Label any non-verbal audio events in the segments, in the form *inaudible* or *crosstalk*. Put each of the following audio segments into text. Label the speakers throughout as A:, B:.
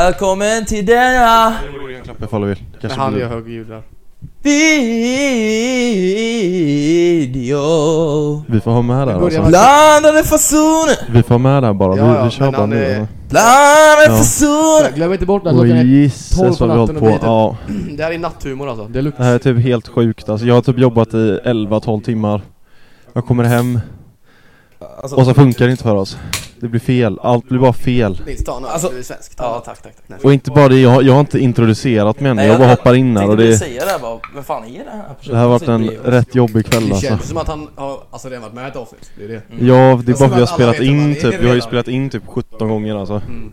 A: Välkommen till denna
B: Det borde jag klappa ifall du vill.
C: Men
B: Kanske
C: han
B: blir-
C: gör högljudda.
A: video.
B: Vi får ha med det här
C: Det börjar
B: alltså.
C: vara-
A: Blandade fasoner,
B: Vi får ha med det här bara.
C: Ja,
B: vi,
C: ja,
B: vi kör
C: men
B: bara
C: han
B: nu.
C: är-
B: Är...
A: blandade
B: Ja.
A: fasoner.
C: Glöm inte bort att
B: Och
C: klockan är...
B: gisses
C: 12 på
B: vad vi hållit
C: natten och
B: på.
C: blir det-
B: Ja,
C: Det här är natthumor alltså,
B: det här
C: deluxe.
B: är typ helt sjukt alltså. Jag har typ jobbat i 11-12 timmar. Jag kommer hem
A: Alltså,
B: och så funkar det inte för oss. Det blir fel. Allt blir bara fel.
C: Nils, ta en öl.
A: Alltså-
C: Du är svensk.
A: Ja,
C: Ja, tack, tack, tack.
B: Och inte bara det, jag, har- jag har inte introducerat mig än.
A: Nej,
B: Jag bara
A: jag-
B: hoppar in här och
A: tänkte precis
B: det,
A: säga det här bara, vem fan är den här personen?
B: det här har varit en
A: Som sitter
B: rätt jobbig kväll
C: Det
B: alltså.
C: känns som att han har, alltså redan varit med i ett avsnitt. Det är det.
B: Ja, det är bara
C: som
B: vi har
C: att alla
B: spelat
C: vet vem han
B: in
C: är
B: typ. Vi har ju
C: redan.
B: spelat in typ 17 gånger alltså.
C: Mm.
A: Ja,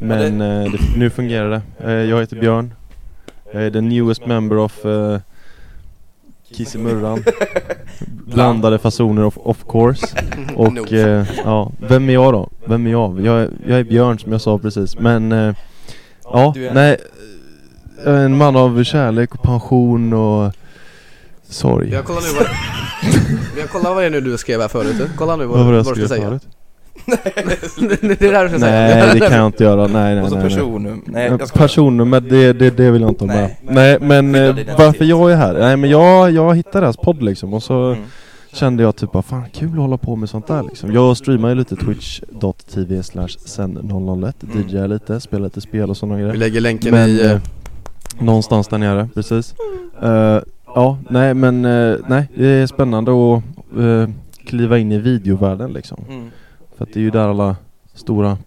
B: Men eh, det, nu fungerar det. Eh, jag heter Björn. Jag är the newest member of eh, Kissimurran. Blandade fasoner of, of course. Och eh, ja, vem är jag då? Vem är jag? Jag, är- jag är Björn som jag sa precis. Men eh, ja,
A: Du är-
B: nej. eh, Jag är en man av kärlek och passion och sorg.
C: Jag kollar nu vad... *laughs* Jag kollar vad det är nu du skrev här förut. Kolla nu vad,
B: Vad var det jag
C: vad
B: skrev
C: du ska säga.
B: förut?
C: *laughs* det är det här du ska säga.
B: Nej, det kan jag inte göra. Nej, nej,
A: och så
B: nej. nej.
A: personnummer. Nej, Eh, jag ska
B: Personnummer, det, det, det vill jag inte ha med.
A: Nej.
B: Nej, men
A: Skyddad
B: eh,
A: identitet.
B: varför jag är här? Nej men jag, jag hittade deras podd liksom och så
A: Mm.
B: kände jag typ bara fan kul att hålla på med sånt där liksom. Jag streamar ju lite twitch.tv slash sen 001,
A: Mm.
B: DJar lite, spelar lite spel och sådana
C: Vi
B: grejer.
C: lägger länken
B: Men
C: i...
B: eh,
C: eh,
B: någonstans där nere, precis. Eh, ja, nej men eh, nej, det är spännande att eh, kliva in i videovärlden liksom.
A: Mm.
B: För att det är ju där alla stora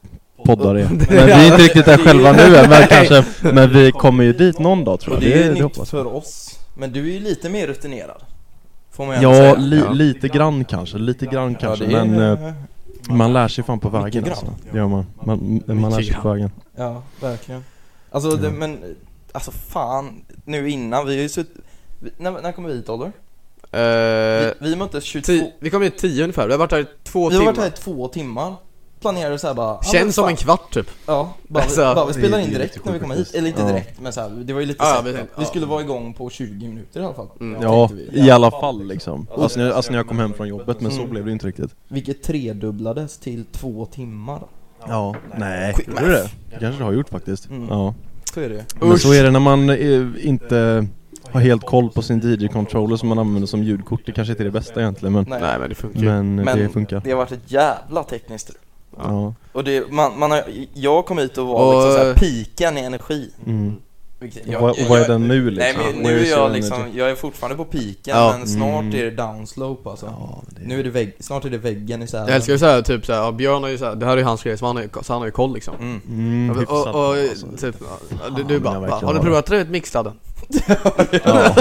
A: *laughs*
B: poddar är. Men
C: Det
B: vi
C: är-
B: är inte riktigt där själva nu än, men kanske Men vi kommer ju dit någon dag tror
A: Och
B: jag,
A: det är
B: det,
A: ju
B: det
A: nytt
B: hoppas jag
A: för oss. Men du är ju lite mer rutinerad. Får man ju ändå
B: Ja,
A: säga.
B: li,
C: Ja.
B: lite grann kanske, lite grann kanske
A: det är-
B: men eh, man lär sig fan på vägen
A: grann.
B: alltså. Det gör man, man, man lär sig på vägen
A: Ja, verkligen. Alltså, det,
B: Mm.
A: men, alltså fan, nu innan, vi har ju suttit... vi- När, när kom vi hit Oliver?
C: eh,
A: Vi, vi möttes 22...
C: ti- vi kom hit tio ungefär, vi har varit här i två
A: vi har
C: timmar.
A: varit här i två timmar. Planerade såhär bara... ja, men
C: Känns som
A: fan.
C: en kvart typ.
A: Ja, bara,
C: Alltså,
A: vi, bara vi spelar
B: det-
A: in
B: det är
A: direkt
B: lite
A: när vi kommer
B: sjukt
A: hit. Eller inte
B: faktiskt.
A: direkt, men så här, det var ju lite
C: Ja,
A: ja,
C: ja,
A: sett.
C: vi
A: Vi,
C: tänkte- ja.
A: skulle vara igång på 20 minuter i alla fall.
C: Mm.
B: Ja,
A: tänkte vi. Mm.
B: i alla fall liksom alltså när, alltså när jag kom hem från jobbet, men så blev det ju inte riktigt
A: Vilket tredubblades till två timmar.
B: Ja, nej,
C: Quick
B: gjorde det? kanske det har gjort faktiskt
A: Mm.
B: Ja,
A: Så är det ju.
B: men så
C: Usch.
B: är det när man eh, inte har helt koll på sin DJ-controller som man använder som ljudkort, det kanske inte är det bästa egentligen men,
A: Nej.
C: Nej men det funkar ju.
B: men,
A: Men
B: det funkar
A: Det har varit ett jävla tekniskt strul.
B: Ja,
A: Och det, man, man har, jag kom hit och var
C: Och-
A: liksom så här piken i energi.
B: mm.
A: Vilket
B: och, vad, och vad är
A: jag-
B: den nu liksom?
A: Nej men
B: Where
A: nu
B: is
A: är jag
B: your
A: liksom,
B: energy?
A: jag är fortfarande på piken
C: Ja.
A: men snart
B: Mm.
A: är det downslope alltså.
B: Ja, det
A: Nu är det vägg, snart är det väggen i
C: Jag älskar ju såhär, typ såhär, ja, Björn har ju såhär, det här är ju hans grej så han har ju, så han har ju koll liksom.
A: Mm.
B: Mm,
C: Och,
B: hyfsat
C: och, och *laughs*
B: alltså.
C: typ, ja, du,
B: men
C: du
B: jag
C: bara, bara,
B: verkligen
C: har Liksom du
B: har
C: provat att mixladden?
B: ja.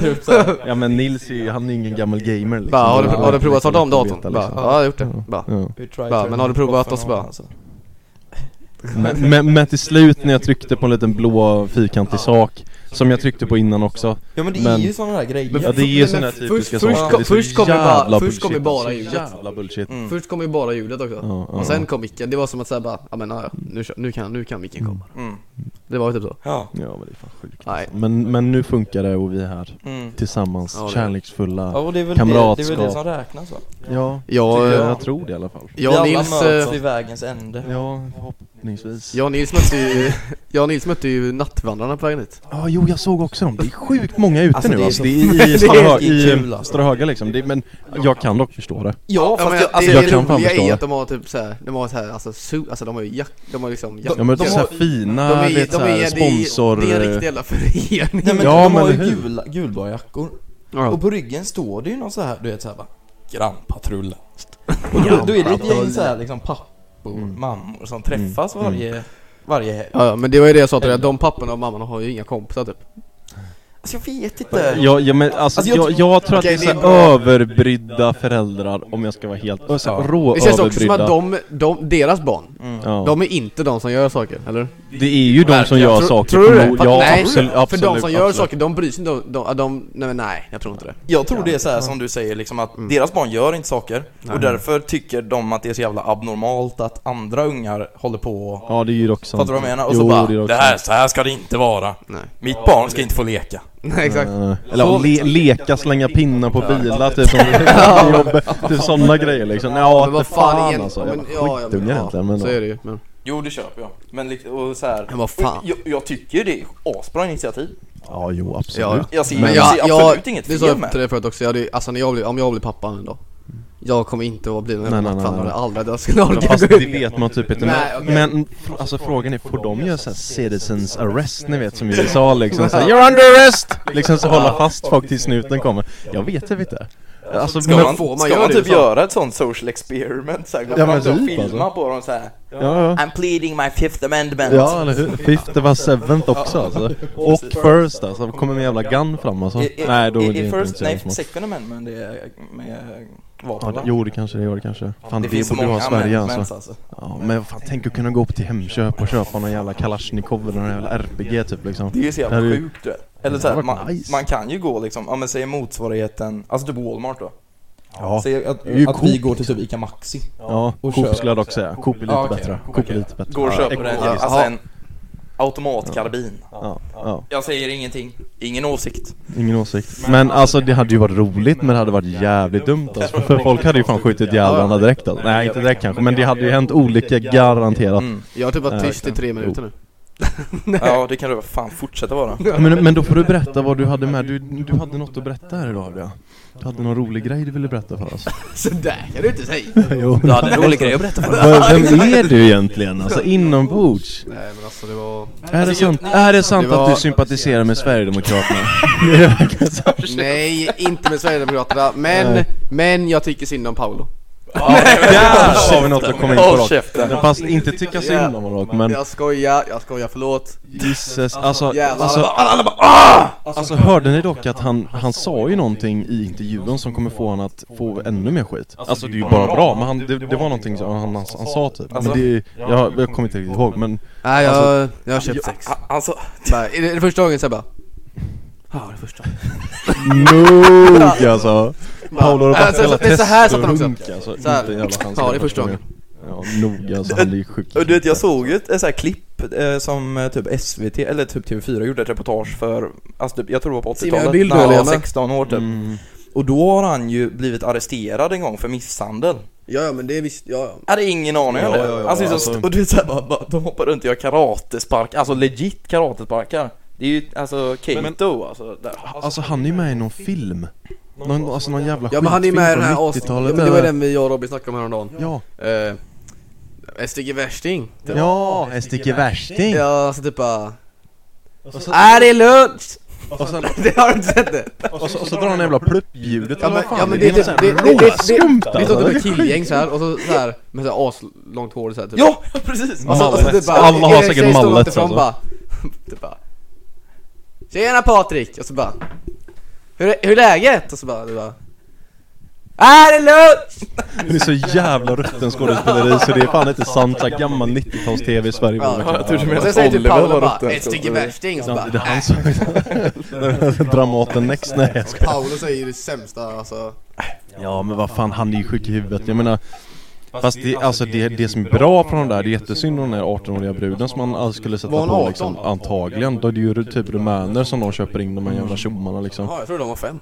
A: Typ så här.
B: ja men Nils är ju, han är ingen gammal gamer liksom.
C: Bara, har du,
A: Ja,
C: har du provat att starta om
B: Veta,
C: datorn? Bara,
B: liksom.
C: ja jag har gjort det. Bara,
B: Ja.
A: We try
C: Bara,
A: to-
C: men har du provat oss
A: off and
C: bara?
A: on, alltså.
B: Men, men, men till slut när jag tryckte på en liten blå fyrkantig sak Som jag tryckte på innan också
A: Ja men det är
B: Men-
A: ju sådana där grejer.
B: Ja det är ju
C: men-
B: såna här
C: men
B: typiska
C: först-
B: saker
C: först-
B: Det är så
C: först kommer bara-
B: jävla
C: först
B: bullshit.
C: kommer bara
B: Så
C: ljudet.
B: Jävla bullshit
A: Mm.
C: Först kom ju bara ljudet också.
B: Ja, ja,
C: Och sen
B: ja.
C: kom micken, det var som att säga bara, ja men ja, ja, nu, kör- nu kan, nu kan micken komma.
A: Mm.
C: Det var ju typ så.
A: Ja.
B: Ja men det är fan sjukt
C: Nej.
B: men, men nu funkar det och vi är här
A: Mm.
B: Tillsammans,
C: Ja, det-
A: Ja,
B: kärleksfulla
A: och det är, väl det, det är väl det
B: Kamratskap.
A: som räknas va?
B: Ja,
C: Jag,
B: jag,
C: eh,
B: jag tror det i alla fall
A: Vi
C: jag och
A: alla
C: Nils,
A: möts
C: eh,
A: vid vägens ände.
B: Ja, förhoppningsvis
C: jag och Nils mötte ju, *laughs* jag och Nils mötte ju nattvandrarna på vägen hit.
B: Ja, ah, jo jag såg också dem. Det är sjukt många ute
A: Alltså,
B: nu
A: det är
B: alltså.
A: så-
B: Det är i
A: är
B: Stora Hö-
A: riktigt kul,
B: i
A: alltså.
B: Stora Höga liksom. Det, är- men jag kan dock förstå det.
A: Ja
C: Ja,
A: fast
C: men,
A: jag, alltså,
C: det,
B: jag
C: det
B: kan fan
C: roliga
B: förstå
C: är
B: det.
C: att de har typ såhär, de har såhär, alltså, su, alltså de har ju jack, de har liksom jack,
B: De har
C: de
B: typ såhär
C: har-
B: fina,
C: de är- de
B: vet,
C: är-
B: såhär,
C: det är-
B: sponsor...
C: Det är en riktig jävla förening.
A: nej, men
B: Ja,
A: de
B: men
A: har ju
B: hur?
A: gula, gulbarjackor.
C: Ja.
A: Och på ryggen står det ju någon så här, du vet såhär bara Grannpatrullen. Och då, då är det ett gäng såhär liksom pappor,
B: Mm.
A: mammor som träffas varje, varje helg.
C: Ja, ja, men det var ju det jag sa till dig, att de papporna och mammorna har ju inga kompisar typ.
A: Alltså jag vet inte.
B: Ja, ja, men alltså,
A: Alltså, jag-
B: jag, jag tror att
C: Okej,
B: det är
C: det är
B: så här överbrydda föräldrar om jag ska vara helt... Ja.
A: Ja.
C: Det känns också som att de, de deras barn,
A: Mm.
B: Ja.
C: de är inte de som gör saker, eller?
B: det är ju de som gör
C: Tro-
B: saker
C: Tror du det?
B: förmo- Ja,
C: nej,
B: absolut,
C: för
B: absolut.
C: de som gör
B: absolut.
C: saker, de bryr sig inte om, de, de, nej, men nej, jag tror inte det. *laughs*
A: Jag tror det är så här som du säger liksom att
B: Mm.
A: deras barn gör inte saker och därför tycker de att det är så jävla abnormalt att andra ungar håller på och
B: Ja, det är ju dock sant.
A: Fattar du vad jag menar? Och så
B: Jo,
A: bara,
B: det är
A: det,
B: dock sant.
A: här, så här ska det inte vara.
C: Nej.
A: Mitt barn ska inte få leka.
C: Nej, exakt.
B: Eh, Eller ja, le, leka, slänga pinnar på bilar typ som jobb, typ sådana grejer liksom. Ja,
C: Men vad
B: inte fan,
C: igen-
B: alltså.
C: men-
B: Jag var skitunge egentligen men
C: Så är det ju. Men.
A: Jo, det köper jag. Men lik- och så här,
C: Men vad fan?
A: och Jag, jag tycker det är asbra initiativ.
B: Ja, jo
C: Ja,
B: absolut.
C: ja.
A: Jag ser,
B: Men
A: jag, ser absolut inget
C: det sa
A: fel
C: jag till
A: med
C: dig förut också, jag hade, ju- alltså när jag blir, om jag blir pappa en dag Jag kommer inte att bli den
B: Nej,
C: här
B: nej, nej,
C: mattfan,
B: nej.
C: det aldrig, jag skulle
B: Men
C: orka
B: Fast
C: gå
B: det
C: ut
B: vet man typ inte.
C: Nej,
B: Men,
C: okej.
B: men f- alltså frågan är, får de göra såhär citizens arrest ni vet som i USA liksom? Så här, You're under arrest! Liksom så hålla fast folk tills snuten kommer. Jag vet typ inte. Alltså,
A: Ska
B: men,
A: man,
C: får man
A: ska
C: göra
A: man
C: det
A: typ
C: så?
A: göra ett sånt social experiment? Så här, gå
B: Ja,
A: fram
B: men
A: och
B: typ,
A: filma
B: alltså.
A: på dem så här.
B: ja, ja.
A: I'm pleading my fifth amendment.
B: Ja eller hur? Fifth var seventh också alltså. Och first alltså, kommer med jävla gun fram alltså.
A: I- i-
B: Nej då
A: i-
B: är
A: i
B: det inte
A: first,
B: så
A: Nej,
B: jävla smart.
A: second amendment det är med
B: Ja,
A: vapen
B: det,
A: va?
B: jo det kanske det gör det kanske. Fan
A: Det
B: det,
A: finns så
B: borde
A: många
B: ha i Sverige alltså.
A: amendments alltså.
B: Ja, men fan tänk att kunna gå upp till Hemköp och köpa någon jävla Kalashnikov eller någon jävla RPG typ liksom.
A: Det är ju så jävla
B: Det är ju-
A: sjukt du vet. Eller
B: Det
A: så här,
B: hade varit
A: man,
B: nice.
A: man kan ju gå liksom, ja men säg motsvarigheten, alltså typ Walmart då.
B: Ja.
A: Säg att,
B: Det är ju
A: att vi
B: coolt,
A: går till typ Ica Maxi.
B: Ja,
A: Och
B: Coop
A: köp.
B: skulle jag dock säga. Coop är lite
A: Ja, okej.
B: bättre. Coop
A: Okej.
B: är lite bättre.
A: Går och
B: Ja,
A: köper en,
B: ekologiskt.
A: alltså en automatkarbin.
B: Ja, ja.
A: Jag säger ingenting, ingen åsikt.
B: Ingen åsikt. Men alltså det hade ju varit roligt men det hade varit jävligt dumt alltså. För folk hade ju fan skjutit ihjäl varandra direkt alltså. Nej inte direkt kanske men det hade ju hänt olyckor garanterat.
A: Mm.
C: Jag har typ varit
B: Ja,
C: tyst i
B: verkligen.
C: tre minuter nu
A: Ja det kan du fan fortsätta
B: *laughs*
A: vara.
B: Men, men då får du berätta vad du hade med. Du, du hade något att berätta här idag hörde jag. Du hade någon rolig grej du ville berätta för oss.
C: Sådär kan du
B: *laughs*
C: inte säga!
B: jo.
A: Du hade en rolig grej att berätta för
B: Vem *laughs* vem är du egentligen alltså inombords?
C: Nej men alltså det var...
B: Är det sant, är det sant
C: Det var-
B: att du sympatiserar
A: *laughs*
B: med Sverigedemokraterna?
C: Nej, inte med Sverigedemokraterna, men, men jag tycker synd om Paolo
B: Där har vi något att komma in på
A: Håll
B: rakt.
A: käften.
B: Fast inte tycka synd om honom rakt, men
C: Jag skojar, jag skojar, förlåt
B: Jesus, alltså,
C: Jävlar,
B: alltså,
C: alla
B: alltså,
A: "Ah!"
B: hörde ni dock att han, han sa ju någonting i intervjun som kommer få honom att få ännu mer skit? Alltså det är ju bara bra, men han, det, det var någonting som han, han, han sa typ men
A: Alltså?
B: det, jag, jag kommer inte riktigt ihåg men
A: *laughs*
C: Nej jag, jag har köpt sex
A: A- Alltså,
C: Bara, Är det, är det första gången Sebbe? Ja det är första
B: nog alltså! Paolo har bara
C: Alltså,
B: spelat
C: det är så här
B: test
C: satt
B: och
C: han också.
B: hunk alltså,
C: Så här.
B: inte en jävla chans
C: Ja, det är första gången.
B: Ja, nog alltså, han är ju sjuk
A: Och du vet jag såg ju ett ett så här klipp eh, som eh, typ SVT eller typ TV4 gjorde ett reportage för, alltså typ, jag tror det var på
C: Simon,
A: 80-talet,
C: bild
A: när
C: då,
A: han var
C: eller?
A: 16 år typ.
B: Mm.
A: Och då har han ju blivit arresterad en gång för misshandel.
C: Ja ja men det visst, ja ja
A: Jag hade ingen aning om
B: Ja,
A: det.
B: ja, ja,
A: alltså, så-
B: alltså.
A: Och du vet såhär bara, bara, de hoppar runt och gör karatespark, alltså legit karatesparkar. Det är ju alltså Kato alltså. Där.
B: Alltså han är ju med i någon film någon, alltså någon jävla
C: Ja men han är med i den här
B: skitfilm
C: avsnittet,
B: från
C: ja,
B: 90-talet
C: men det var ju den vi jag och Robin snackade om häromdagen
B: Ja,
C: Eh, SDG Värsting typ.
B: ja, SDG Värsting!
C: Ja, så typ bara... Är det är lunch?
B: Och sen,
C: *laughs* Det har du inte sett det?
B: och så, och så drar han jävla pluppljudet
C: Ja,
B: eller vad
C: men- ja,
B: fan
C: men
B: det är
C: det-
B: något så här
C: det- det- det- det-
B: råskumt
C: Det är
B: alltså.
C: sånt typ
B: Det
C: ett
B: är
C: killgäng såhär, och så såhär med såhär aslångt hår såhär typ
A: Ja, *laughs* precis!
B: Ja.
A: Alltså,
C: Och så typ bara-
B: Alla har
C: Erik
B: säkert
C: Tjej står
B: mallet,
C: långt ifrån
B: alltså.
C: bara, *laughs* typ bara Tjena Patrik! Och så bara Hur är, hur är läget? Och så bara, du bara Är det lunch?
B: skit. Det är så jävla rutten skådespeleri så det är fan inte sant såhär gammal 90-tals-tv i Sverige
C: Ja,
A: jag tror du
C: Och
A: menar-
C: sen säger typ
A: Oliver
C: Paolo
A: var
C: bara
A: rutten,
C: Ett stycke
A: så-
C: värsting och så
B: Ja,
C: bara *laughs*
B: det är han som... *laughs* Dramaten next, nej jag skojar.
C: Paolo säger det sämsta alltså
B: Ja men vad fan, han är ju sjuk i huvudet. Jag menar, fast det, alltså det, det som är bra från det där, det är jättesynd om den där 18-åriga bruden som man alls skulle sätta
C: Var hon
B: på
C: 18?
B: liksom, antagligen. Då är det ju typ rumäner som de köper in de här jävla tjommarna liksom.
C: Ja, jag tror de var fem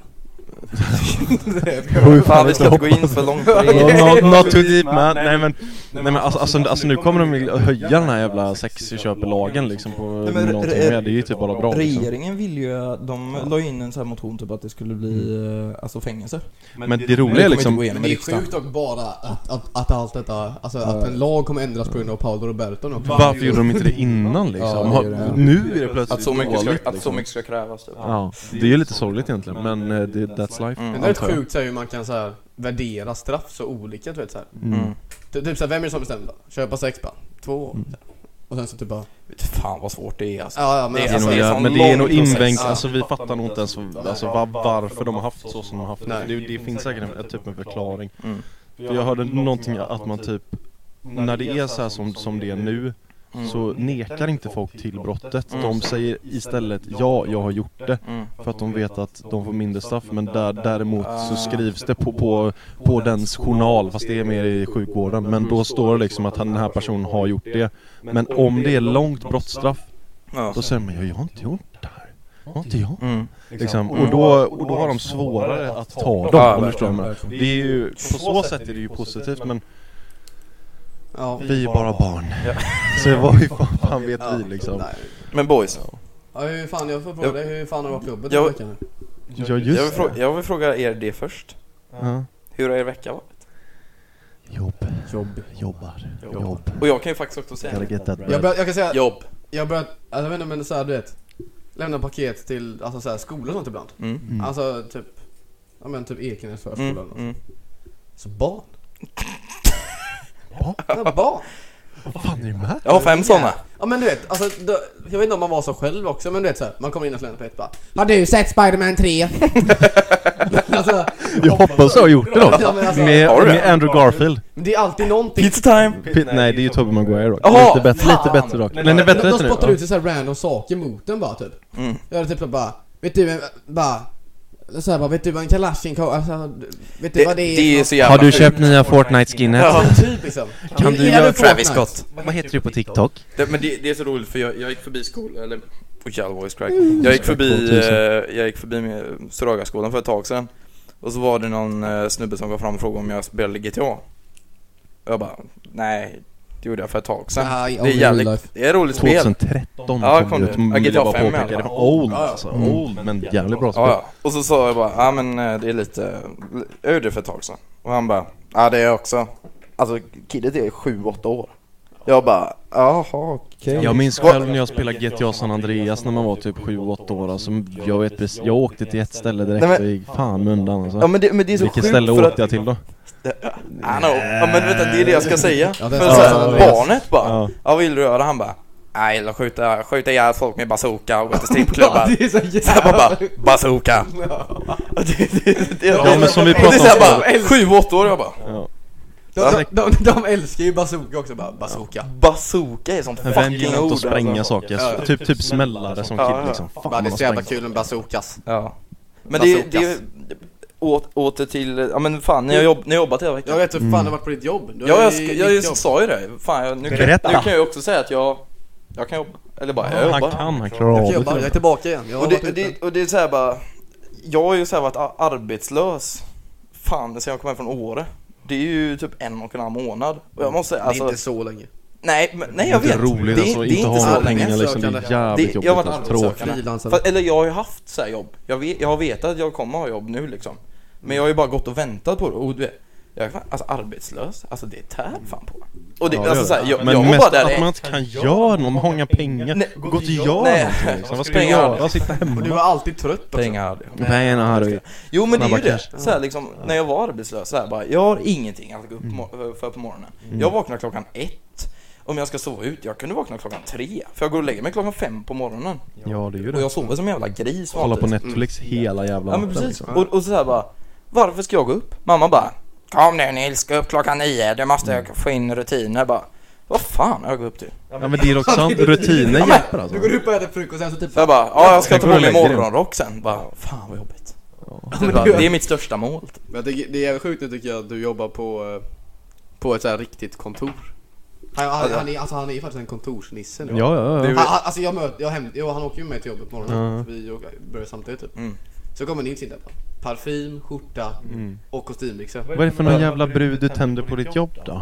B: Hur
A: fan vi ska inte gå in för långt
B: *laughs*
A: på det.
B: *laughs* not, not too deep man, nej men, nej, men alltså, alltså, alltså nu kommer de ju höja den här jävla sexköpelagen liksom på
A: Nej, men,
B: någonting
A: re-
B: mer, det är ju typ bara bra liksom.
A: Regeringen vill ju, de la in en sån här motion typ att det skulle bli,
B: Mm.
A: eh, alltså fängelse.
B: Men det
A: Men det
B: roliga är
A: kommer
B: liksom,
A: inte gå igenom
C: Men det
A: i
C: är
A: riksdagen.
C: sjukt dock bara att, att, att allt detta, alltså att en lag kommer ändras på grund av Paolo Roberto nu också.
B: varför gjorde de inte det innan
A: Ja,
B: liksom?
A: det
B: Har-
A: är det.
B: Nu är det plötsligt
A: Att så mycket ska,
B: dåligt
A: att så
B: liksom.
A: mycket ska krävas typ.
B: Ja, det är ju lite sorgligt egentligen men eh, det, that's life
C: Men det är rätt
B: antar jag.
C: sjukt så här, hur man kan så här, värdera straff så olika du vet så här.
A: Mm.
C: Ty- Typ så här, vem är det som bestämmer då? Köpa sex bara? Två? så här. Och sen så typ bara...
A: Vet Fan vad svårt det är alltså.
C: Ja, ja men
A: Det
B: Det är
C: alltså,
B: nog,
A: en
B: ja,
A: sån
B: men det är
A: lång
B: nog
A: process.
B: invänkt,
C: Ja.
B: alltså vi fattar nog inte ens alltså, var, varför de har haft så som de har haft
C: Nej.
B: det. Det finns säkert en, en typ av förklaring.
A: Mm.
B: För jag hörde någonting att man typ, när det är så här som, som det är nu,
A: Mm.
B: så nekar inte folk till brottet.
A: Mm.
B: De säger istället ja, jag har gjort det.
A: Mm.
B: För att de vet att de får mindre straff men där, däremot
A: Ah.
B: så skrivs det på, på, på dens journal fast det är mer i sjukvården men då står det liksom att han, den här personen har gjort det. Men om det är långt brottsstraff
A: Ja.
B: då säger man ja, jag har inte gjort det här. Har inte jag?
A: Mm.
B: Liksom. Och, då, och då har de svårare att ta dem
A: Ja,
B: om du
A: verkligen,
B: förstår vad jag menar.
A: verkligen.
B: Det är ju, på så sätt är det ju positivt men
C: Ja.
B: Vi är bara barn.
A: Ja.
B: *laughs* Så vad hur fan, fan vet
C: Ja.
B: vi liksom?
C: Nej.
A: Men boys,
C: Ja, hur fan, jag får fråga
A: Jag-
C: dig, hur fan har det varit på jobbet
A: Jag-
C: den veckan?
B: Ja
A: jag vill,
B: just
A: fråga,
B: det.
A: jag vill fråga er det först.
B: Ja.
A: Hur har er vecka varit?
B: Jobb,
C: Jobb.
B: jobbar,
A: Jobb.
B: jobb.
A: Och jag kan ju faktiskt också säga
B: Gotta get that bread.
C: Jag, bör, jag kan säga,
A: Jobb.
C: jag börjat, alltså, jag vet inte men såhär du vet, lämna paket till alltså, så här, skolor och sånt ibland.
A: Mm.
B: Mm.
C: Alltså typ, ja men typ Ekenäs förskola
A: Mm,
C: eller något.
A: mm.
C: Så barn. Ja, barn.
B: Vad fan är det med?
A: Jag har fem sådana.
C: Ja men du vet, alltså, då, jag vet inte om man var så själv också men du vet såhär, man kommer in och slänger på ett bara Har du sett Spiderman 3? *laughs* alltså,
B: Jag hoppas jag har gjort det
C: Ja,
B: då.
C: men alltså-
B: Med,
A: Har du det?
B: med Andrew Garfield.
C: men det är alltid någonting
A: Pizza time!
B: Pit, nej det är ju Tobey Maguire dock.
A: Jaha,
B: Lite bättre,
A: fan.
B: lite bättre dock.
A: Men-
B: Den är
C: De,
B: bättre
C: de
B: nu.
C: spottar
B: ja.
C: ut sig såhär random saker mot den bara typ
A: Mm.
C: Jag hade typ bara, vet du, bara så här, bara, vet du vad en kalasjnikov, alltså, vet du
A: Det,
C: vad det är?
A: det är så jävla
B: Har du
A: sjukt.
B: köpt nya Fortnite-skinnet?
A: Ja.
C: Ja, typ liksom.
B: Kan
C: Är
B: du
C: det
B: göra
C: Fortnite?
A: Travis Scott.
B: Vad heter du på TikTok?
A: Det, men det, det är så roligt för jag, jag gick förbi skolan, eller... Oj jävlar voice crack. Jag gick förbi,
B: 2000.
A: eh, jag gick förbi med Strögaskolan för ett tag sedan. Och så var det någon eh, snubbe som kom fram och frågade om jag spelade GTA. Och jag bara, nej. Det gjorde jag för ett tag sedan. det
C: Nej,
A: är
C: only real
A: jävligt,
C: life.
A: det är ett roligt spel.
B: 2013
A: Ja, kom
B: kom det
A: det.
B: ut,
A: Ja,
B: vill
A: GTA
B: jag bara
A: 5 i
B: påpeka.
A: alla
B: Det
A: fall.
B: var old
C: Ja, ja.
B: alltså.
A: Mm.
B: Old, men jävligt bra spel.
A: Ja, ja. Och så sa jag bara, ja men eh, det är lite, jag gjorde det för ett tag sedan. Och han bara, ja det är jag också. Alltså killet är 7-8 år. Jag bara, jaha okej.
B: Jag minns
A: Vad-
B: själv när jag spelade GTA San Andreas när man var typ 7-8 år alltså, jag, vet, precis- jag åkte till ett ställe direkt
A: Nej, men-
B: och gick fan med undan alltså.
A: Ja men det, men det är så
B: Vilket
A: sjukt
B: ställe
A: för
B: åkte
A: att,
B: jag till då?
A: I know. Ja men vänta, det är det jag ska säga.
C: Ja, det
A: men så
C: är så.
B: Ja,
A: här,
B: jag vet.
A: barnet bara, ja.
B: Ja.
A: vad vill du göra? Han bara, nej jag gillar att skjuta, skjuta ihjäl folk med bazooka och gå till
C: *laughs* Ja,
A: strippklubbar.
C: det är så
A: *laughs* Så jag bara,
C: jävla... *laughs*
A: bazooka. Och det- det- det- det-
B: Ja, men som vi
A: Det är
B: pratade
A: såhär
B: om
A: bara, 7-8 år jag bara,
C: De, de, de, de älskar ju bazooka också bara, bazooka.
A: bazooka är sånt
B: Men vem gillar
A: fucking
B: inte
A: ord
B: att spränga
A: alltså.
B: saker?
C: Ja.
B: Typ, typ smällare som
A: Ja, ja.
B: kid liksom. Fan,
C: Bara, det är
B: man
C: så jävla
B: sprängt.
C: kul med bazookas.
A: Ja. Men det, det,
C: Bazookas.
A: det åt, åter till, ja men fan ni har, jobb, ni har jobbat hela
C: Jag
A: veckan.
C: vet hur fan det har varit på ditt jobb. Du
A: Ja,
C: har
A: jag,
C: ju
A: ska-
C: ditt
A: jag,
C: jobb.
A: sa ju det. Fan, jag, nu, kan, nu
B: Berätta.
A: kan jag ju också säga att jag, jag kan jobba. Eller bara, jag
B: Han
A: jobbar.
B: kan, han klarar
C: Jag
B: av
C: jobbar, jag är
B: det.
C: tillbaka igen. Jag har
A: Och
C: varit
B: typ,
A: det,
C: ute.
A: det, och det är såhär bara, jag har ju såhär varit a- arbetslös, fan sen jag kom hem från Åre. Det är ju typ en och en halv månad. Och jag måste säga,
C: Det är
A: alltså,
C: inte så länge.
A: nej, men, nej
B: Det
A: jag
B: är
A: vet.
B: inte roligt
A: det,
B: alltså,
A: det är
B: inte
A: inte
B: ha
A: så
C: någon
B: någonting
A: länge.
C: arbetssökande.
B: liksom. Det är
A: Det-
B: jävligt
A: jag
B: jobbigt
A: har varit
B: alltså. Tråkigt.
A: arbetssökande.
C: Frilansare.
A: Fast, eller jag har ju haft så här jobb. Jag, vet, jag har vetat att jag kommer ha jobb nu liksom. Men jag har ju bara gått och väntat på det. Och du vet, jag är fan, alltså arbetslös, alltså det tär fan på Och det,
B: Ja, det
A: alltså
B: gör
A: så här,
B: det.
A: jag,
B: Men
A: jag var
B: mest
A: bara där
B: att
A: i-
B: man inte kan göra något, man har inga pengar,
A: Nej.
B: gå till göra
A: Nej.
B: någonting liksom. Vad ska du
A: Pengar.
B: göra? Sitta
C: Och
B: hemma?
C: du var alltid trött också.
A: pengar hade jag.
B: Pengarna har du.
A: Jo men det är ju
B: Snabba
A: det. Så här, liksom, när jag var arbetslös, så här, bara, jag har ingenting att gå upp
B: Mm.
A: mo- för på morgonen. Jag vaknar klockan ett. Om jag ska sova ut, jag kunde vakna klockan tre. För jag går och lägger mig klockan fem på morgonen.
B: Ja, det är ju
A: Och
B: det.
A: jag sover som en jävla gris
B: Kolla på
A: vanligtvis.
B: Netflix hela jävla
A: Ja men
B: natten,
A: precis.
B: liksom.
A: Och, och så här bara, varför ska jag gå upp? Mamma bara, kom nu Nils, gå upp klockan nio, du måste
B: Mm.
A: få in rutiner. Jag bara, vad fan har jag gått upp till?
B: Ja men det är också sant, rutiner
A: Ja, men-
B: hjälper alltså.
C: Du går upp och äter frukost sen så typ
A: Så jag bara, ja jag ska
B: Jag
A: ta
B: går
A: på
B: och
A: mig
B: lägger dig.
A: morgonrock sen. Bara, fan vad jobbigt.
C: men
A: Det, bara,
C: det gör-
A: det är mitt största mål.
C: Men jag tycker, det är jävligt sjukt nu tycker jag att du jobbar på, eh, på ett så här riktigt kontor. Han, han, han, är, alltså, han är ju faktiskt en kontorsnisse nu.
B: Ja, ja,
A: Du-
B: ja.
C: Han, han, alltså jag möter, jag hämt, jo, han åker ju med till jobbet på morgonen.
B: Ja.
C: för Vi åker- börjar samtidigt typ.
A: Mm.
C: Så kommer Nils in där. bara, Parfym, skjorta
B: Mm.
C: och kostymbyxor.
B: Vad är det för någon jävla brud du tänder på ditt jobb då?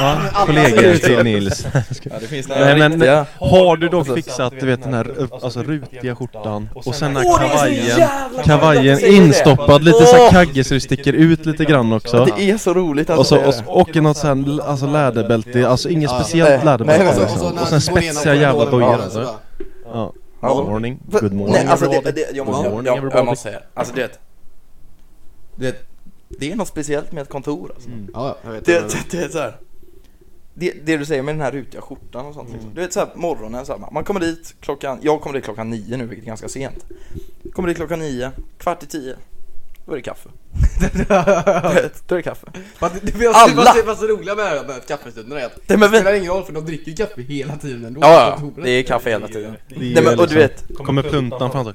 C: alla
A: alltså,
B: Va? Kollegor
C: säger
B: till Nils.
A: Ja, det finns
B: Nej men, har du då fixat du vet den här upp, alltså rutiga skjortan och sen den här kavajen? Kavajen instoppad, lite så här kagge så det sticker ut lite grann också.
A: Det är så roligt
B: Och
A: alltså.
B: så, och, så- och något sånt här, alltså läderbälte, alltså inget
C: Ja, ja.
B: speciellt
A: Nej, nej, Alltså,
B: läderbälte
A: nej.
B: liksom.
C: när
B: Och
C: han
B: sen
C: går igenom
B: spetsiga jävla
C: korridoren
B: dojor
C: så
B: alltså.
C: bara,
B: Ja.
A: Ja.
B: Good morning, good
A: Nej
B: morning
A: alltså det,
B: everybody.
A: det, jag, måste,
B: Good
A: jag,
B: morning,
A: jag, jag
B: everybody.
A: måste säga, alltså det, det, det är något speciellt med ett kontor alltså.
B: Mm.
C: Ja, ja, jag vet
A: Det,
C: inte.
A: det, det är så här. Det, det du säger med den här rutiga skjortan och sånt
B: Mm.
A: liksom. Du vet såhär morgonen så här, man kommer dit klockan, jag kommer dit klockan nio nu vilket är ganska sent. Kommer dit klockan nio, kvart i tio. Då är det kaffe. Du vet, *laughs* Då är det kaffe.
C: Fast det- det-
A: Alla!
C: Fast det fast det roliga med, det här med kaffestunderna är att
A: Nej
C: det
A: men
C: spelar
A: vem?
C: ingen roll för de dricker ju kaffe hela tiden ändå. på
A: Ja, ja,
C: kontoret.
A: det är kaffe hela tiden.
B: Det
A: Nej
B: är
A: men och du
B: liksom-
A: vet,
B: Kommer pluntan fram så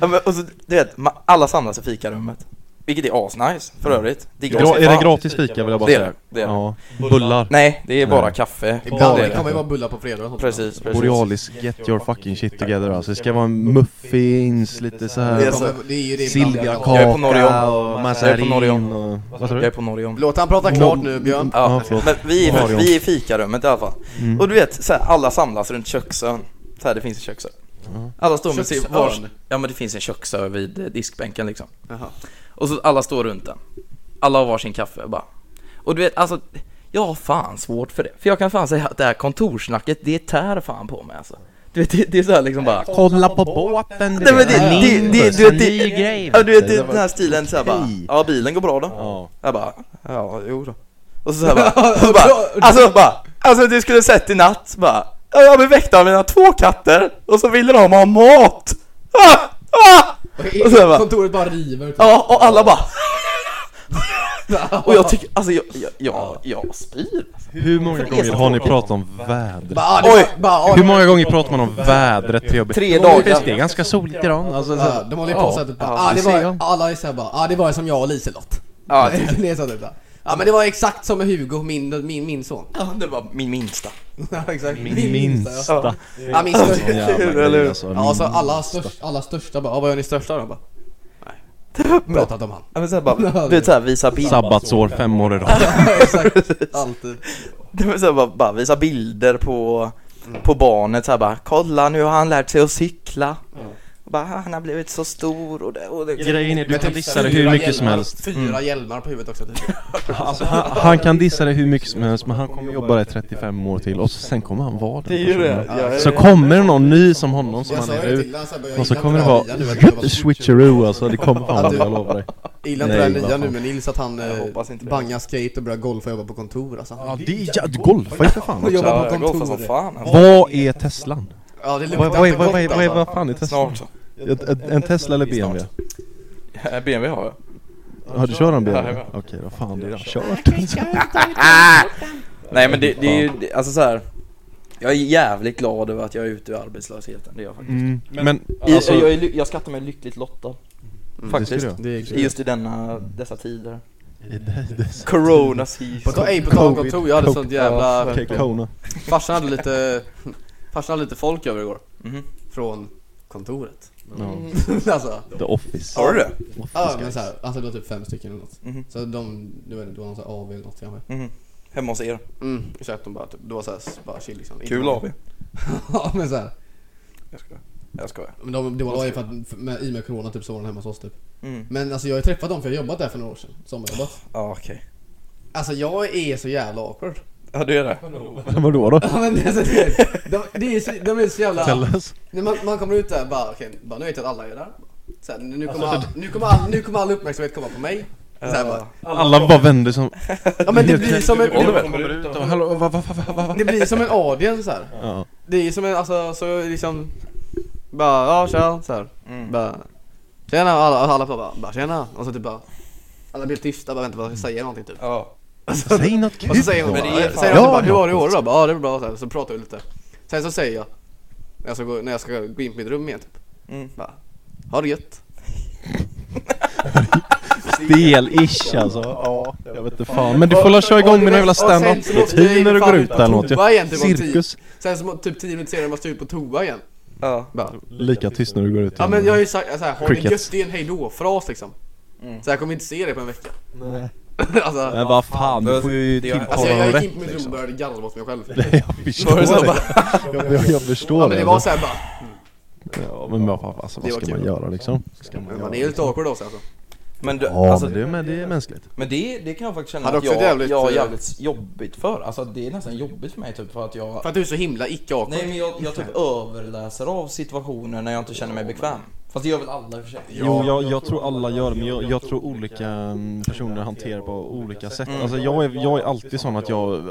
A: ja, men, och så, du vet, ma- alla samlas i fikarummet. Vilket är asnice för övrigt. Det
B: Gra- Mm. är det
A: fan.
B: gratis fika vill jag bara
A: Det är
B: säga?
A: det. det, är det.
B: Ja. Bullar.
A: Nej, det är bara
B: Nej.
A: kaffe.
B: Ja,
C: Ibland
A: det
C: det
A: är det.
C: kommer ju vara bullar på fredag och sånt.
A: Precis, precis.
B: Borealis, get your fucking shit together alltså. Det ska vara en muffins, lite så
C: Det,
B: här.
A: så-
C: kommer, det är ju det ibland.
A: Jag är på
B: Silviakaka
A: Norrion.
B: och
A: Jag är på Norrion.
B: mazarin och... Vad sa
A: Jag är
B: du?
A: på Norrion.
C: Låt han prata klart nu Björn.
A: Ja,
B: Ja, förlåt.
A: men vi är,
B: Norrion.
A: vi är i fikarummet i alla fall.
B: Mm.
A: Och du vet, så här, alla samlas runt köksön. Så här, det finns en köksö.
B: Ja.
A: Alla står med
C: Köksön?
A: sin vars... Ja men det finns en köksö vid eh, diskbänken liksom.
C: Jaha.
A: Och så alla står runt den. Alla har varsin kaffe bara. Och du vet, alltså, jag har fan svårt för det. För jag kan fan säga att det här kontorsnacket, det tär fan på mig alltså. Du vet, det, det är så här liksom bara...
B: Kolla på båten!
A: Nej men det, det, det, du vet, det, ja, du vet det,
B: Det var-
A: den här stilen såhär bara,
B: Okej.
A: ja bilen går bra då.
B: Ja.
A: Jag bara, ja jo då. Och så, så här bara, och så bara, alltså bara, alltså du skulle sett i natt bara, ja, jag blev väckt av mina två katter och så ville de ha mat. Ah, ah! Och så bara-
C: Kontoret bara river.
A: Ja, och alla bara, och jag tycker, alltså jag, jag, jag, jag spyr.
B: Hur många gånger har ni pratat om vädret?
C: Bara, "Ah, det var-
A: Oj.
C: Bara, ja,
B: Hur många gånger pratar man om vädret till jobbet?
A: Tre
B: Fast Det
A: dagar.
B: är ganska soligt idag. Alltså, så-
C: Ja, de håller ju på så här typ bara, ah, det
B: det ser
C: var,
B: jag.
C: alla är såhär bara, ah, det var som jag och Liselott. *laughs*
A: Ja,
C: det är så typ bara. Ja men det var exakt som med Hugo, min, min, min son. *laughs*
A: Ja, det var min minsta.
C: Ja, exakt.
B: Min
C: Ja,
B: minsta.
C: ja min största.
B: Jävla grej,
A: Eller hur?
B: alltså.
C: Ja, så alla, störst, alla största bara, ah, vad gör ni största då? Bara, Nej, pratat om han. *laughs*
A: Ja, men så här bara, du vet såhär visa bild.
B: Sabbatsår fem år i rad.
C: Ja, exakt. Alltid.
A: Det var *laughs* så här, bara, bara visa bilder på, på barnet så här, bara kolla nu har han lärt sig att cykla. Och Bara, han har blivit så stor och det, och det.
B: Grejen är, du
C: Men
B: kan
C: typ
B: dissa det
C: fyra
B: hur mycket
C: hjälmar-
B: som helst. Mm.
C: Fyra hjälmar på huvudet också typ.
B: Alltså, han, han kan dissa det hur mycket som helst men han kommer jobba där i 35 år till och så, sen kommer han vara den personen. Så kommer det någon ny som honom som
C: Jag
B: han
C: sa
B: är
C: ju
B: ut
C: till han såhär, bara, jag
B: och så
C: gillar
B: kommer det
C: inte här nya nu, att det
B: vara
C: var-
B: switcheroo alltså, det kommer fan bli, jag lovar dig.
C: Jag gillar inte det
B: Nej,
C: här nya
B: vad
C: nu
B: fan.
C: men Nils att han
A: Jag
C: eh,
A: hoppas inte det.
C: bangar skate och börjar golfa och jobba på kontor alltså.
B: Ja, det är, ja, du golfar ju för fan
C: Och
B: också.
C: jobbar
A: Ja,
C: på
A: jag golfar som
C: kontor.
A: fan alltså.
B: Vad är Teslan?
C: Ja det
B: Vad,
C: luktar
B: vad, är-
C: inte
B: vad, vad,
C: gott
B: är- vad, är-
C: alltså.
B: vad fan är Teslan?
A: Snart så.
B: Ett- ett- En Tesla eller BMW?
A: Eh, BMW har jag.
B: Ja, du kör en BMW?
A: Jajamän.
B: Okej då, fan det är redan kört.
A: Nej men det, det är ju, det- alltså så här. Jag är jävligt glad över att jag är ute ur arbetslösheten, det är jag faktiskt. Mm,
B: Mm, men
A: I,
B: alltså,
A: jag, är, ly- jag skattar mig lyckligt lottad.
B: det
A: Faktiskt.
B: ska du
C: Det är
A: I Just i denna, dessa tider.
B: göra.
A: Corona season.
C: På tal ej, på tal om kontor, jag hade sånt jävla...
B: Okej, Kona.
C: Farsan hade lite... Farsan hade lite folk över igår.
A: Mhm.
C: Från kontoret.
B: No.
C: *laughs* alltså.
B: The Office.
A: Har du det?
C: Ja men såhär, alltså det var typ fem stycken eller något.
A: Mhm.
C: Så de, du vet inte, det var någon sån här AW eller något kanske.
A: Mhm. Hemma hos er.
C: Mm, exakt. De bara typ, det var såhär, bara chill liksom.
A: Kul av er.
C: *laughs* Ja men såhär.
A: Jag skojar. Jag skojar.
C: Men de, det var ju för att, för, med, i och med corona typ så var de hemma hos oss typ.
A: Mm.
C: Men alltså jag har ju träffat dem för jag har jobbat där för några år sedan. Sommarjobbat.
A: Ja okej.
C: Alltså jag är så jävla awkward.
A: Ja du är det?
B: Vadå då?
C: *laughs* Ja men det är så, det är, de, det är så, de är så
B: Tell
C: jävla...
B: us.
C: När man, man kommer ut där bara okej, bara, nu vet jag att alla är där. Så här, nu, kommer all, nu, kommer all, nu kommer all uppmärksamhet komma på mig. Så här, bara,
B: Alla bara vänder som...
C: ja men det blir som en, Alltså,
B: Hallå, va, va, va, va, va, va?
C: det blir som en audience så här.
B: Ja.
C: Det är som en, alltså så liksom Bara, ja tja, så här.
A: Mm.
C: Bara Tjena, och alla, alla bara, bara tjena, och så typ bara Alla blir tysta, bara väntar på att jag ska säga någonting typ
A: Ja.
C: Alltså,
B: Säg något kul
C: Och så säger hon
B: då.
C: bara,
A: Men det är
C: säger
A: fan-
C: hon
B: Ja,
C: typ bara, hur
B: ja.
C: var det i år då? Bara, Ja det var bra, så, här, så pratar vi lite Sen så säger jag När jag ska gå, när jag ska gå in på mitt rum igen typ
A: Mm.
C: Bara, ha det gött
B: Stel-ish alltså. Ja, jag vet inte fan. Men du får la köra igång med en jävla standup-rutin när du går ut där eller något.
C: toa igen,
B: ju.
C: typ om tio-
B: Cirkus.
C: Sen så typ 10 minuter senare måste jag ut på toa igen
A: Ja.
C: bara,
B: Lika tyst när du går ut.
C: Ja men jag har ju sagt såhär, ha det
B: Crickets.
C: gött, det är en hejdå-fras liksom
A: Mm.
C: Så jag kommer inte se det på en vecka *laughs* alltså,
B: Men vad fan, du får ju
A: Det-
B: tilltala
C: Alltså
B: dem
C: jag, jag gick
B: rätt
C: in på mitt rum och
B: liksom.
C: började garva åt mig själv.
B: *laughs* Jag förstår
A: så
B: det. Jag- jag- Jag
C: Ja,
B: förstår
C: men
B: det.
C: det var såhär bara,
B: Ja, Men vad fan, alltså vad
C: Det var
B: ska man
C: kul.
B: göra liksom? Ska man
C: men man är
B: göra-
C: ju lite awkward av sig alltså.
A: Men, du,
B: Ja,
A: alltså,
B: men det är- men det är mänskligt.
A: men det, det kan jag faktiskt känna
C: Hade
A: att
C: också
A: jag,
C: jävligt,
A: jag har
C: eh,
A: jävligt jobbigt för. Alltså det är nästan jobbigt för mig typ för att jag...
C: För att du är så himla icke-awkward.
A: Nej men jag, jag typ överläser av situationer när jag inte känner mig bekväm. Fast det gör väl alla i och för sig?
B: Jo, jag, jag tror alla gör det, men jag, jag tror olika mm, personer hanterar på olika sätt. Alltså jag är, jag är alltid sån att jag,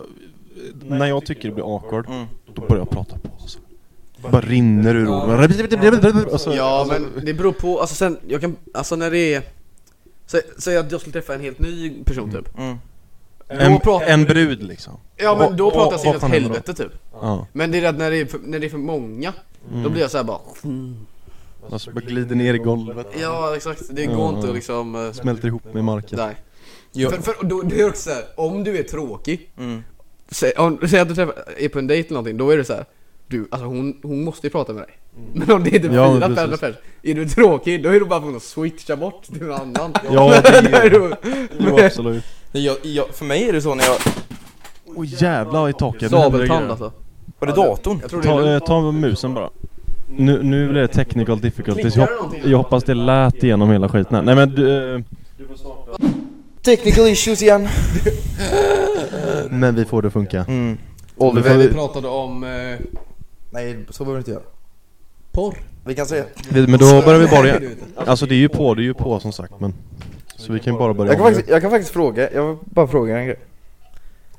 B: när jag tycker det blir awkward,
A: Mm.
B: då börjar jag prata på. Alltså. Bara rinner ur orden. Alltså,
C: Ja men det beror på, alltså sen, jag kan, alltså när det är... Sä- Säg att jag skulle träffa en helt ny person typ.
A: Mm.
B: en,
C: då pratar-
B: en brud liksom.
C: Ja men då
B: Vad-
C: pratar
B: vad
C: jag sig åt
B: fan händer då?
C: helvete typ.
B: Ja.
C: Mm. Men det är det att när det är för, när det är för många, då blir jag såhär bara...
B: Alltså bara glider ner i golvet
C: Ja exakt, det går
B: Ja.
C: inte att liksom... eh,
B: Smälter ihop med marken
C: Nej.
A: Ja.
C: För, för då, det är också så här, om du är tråkig,
A: Mm.
C: säg, om, säg att du träffar, är på en dejt eller någonting, då är det så här. Du, alltså hon, hon måste ju prata med dig. Men om det är typ
B: Mm. Ja, men
C: fyra,
B: precis.
C: fem pers, är du tråkig då är du bara tvungen att switcha bort till en annan.
B: Ja, det är-
C: *laughs* Då är du,
B: Jo absolut
A: Nej, Jag, jag, för mig är det så när jag...
B: Oj jävlar i taket nu händer det
C: sabeltand
B: grejer.
C: alltså.
A: Var det datorn?
C: Jag tror det är
B: Ta,
C: lugnt.
B: eh, ta musen bara Nu, nu blir det technical difficulties jag,
C: Klickar det någonting?
B: jag hoppas det lät igenom hela skiten här. Nej men du, eh,
A: Technical issues igen.
B: Men vi får det funka
A: Mm.
B: Vi får-
C: Oliver, vi pratade om... Eh,
A: Nej, så behöver vi inte göra.
C: porr.
A: Vi kan säga.
B: Vi- Men då börjar vi
C: Nej,
B: bara
C: det är
B: igen.
C: inte.
B: Alltså det är ju på, det är ju på som sagt men Så vi kan ju bara börja
A: Jag kan
B: om
A: faktiskt, jag kan faktiskt fråga, jag vill bara fråga en grej.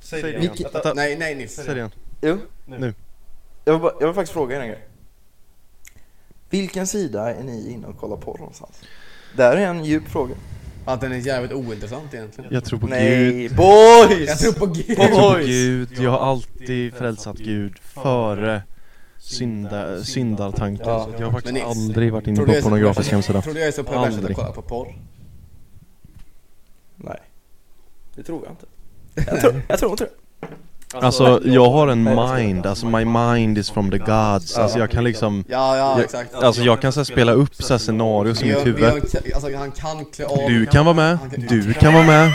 B: Säg det
A: igen.
B: Vänta,
C: Nej, nej Nils.
B: säg det igen
A: Jo.
B: Nu.
A: Jag vill, bara, jag vill faktiskt fråga er en grej. Vilken sida är ni inne och kollar på någonstans? Det här är en djup fråga.
C: Att den är jävligt ointressant egentligen.
B: Jag tror på Gud
A: Nej, boys!
C: Jag tror på Gud.
B: Jag tror på
A: Boys.
B: Gud, jag har alltid frälsat Gud före synda, syndartanken
A: Ja.
B: så att jag har faktiskt
C: Men Nils,
B: aldrig varit inne
C: tror
B: på
C: du jag är så-
B: pornografisk hemsida
C: Tror du jag är så pervers att jag
B: Aldrig.
C: kollar på porr?
A: Nej, det tror jag inte. Jag tror, jag tror inte det.
B: Alltså jag har en mind, alltså my mind is from the gods Alltså jag kan liksom
C: Ja, ja
B: jag,
C: exakt.
B: Alltså jag kan så här spela upp så här scenarios i
C: Björn-
B: mitt huvud
C: Björn- alltså han kan klä av...
B: Du kan vara med,
C: Han kan-
B: du kan vara med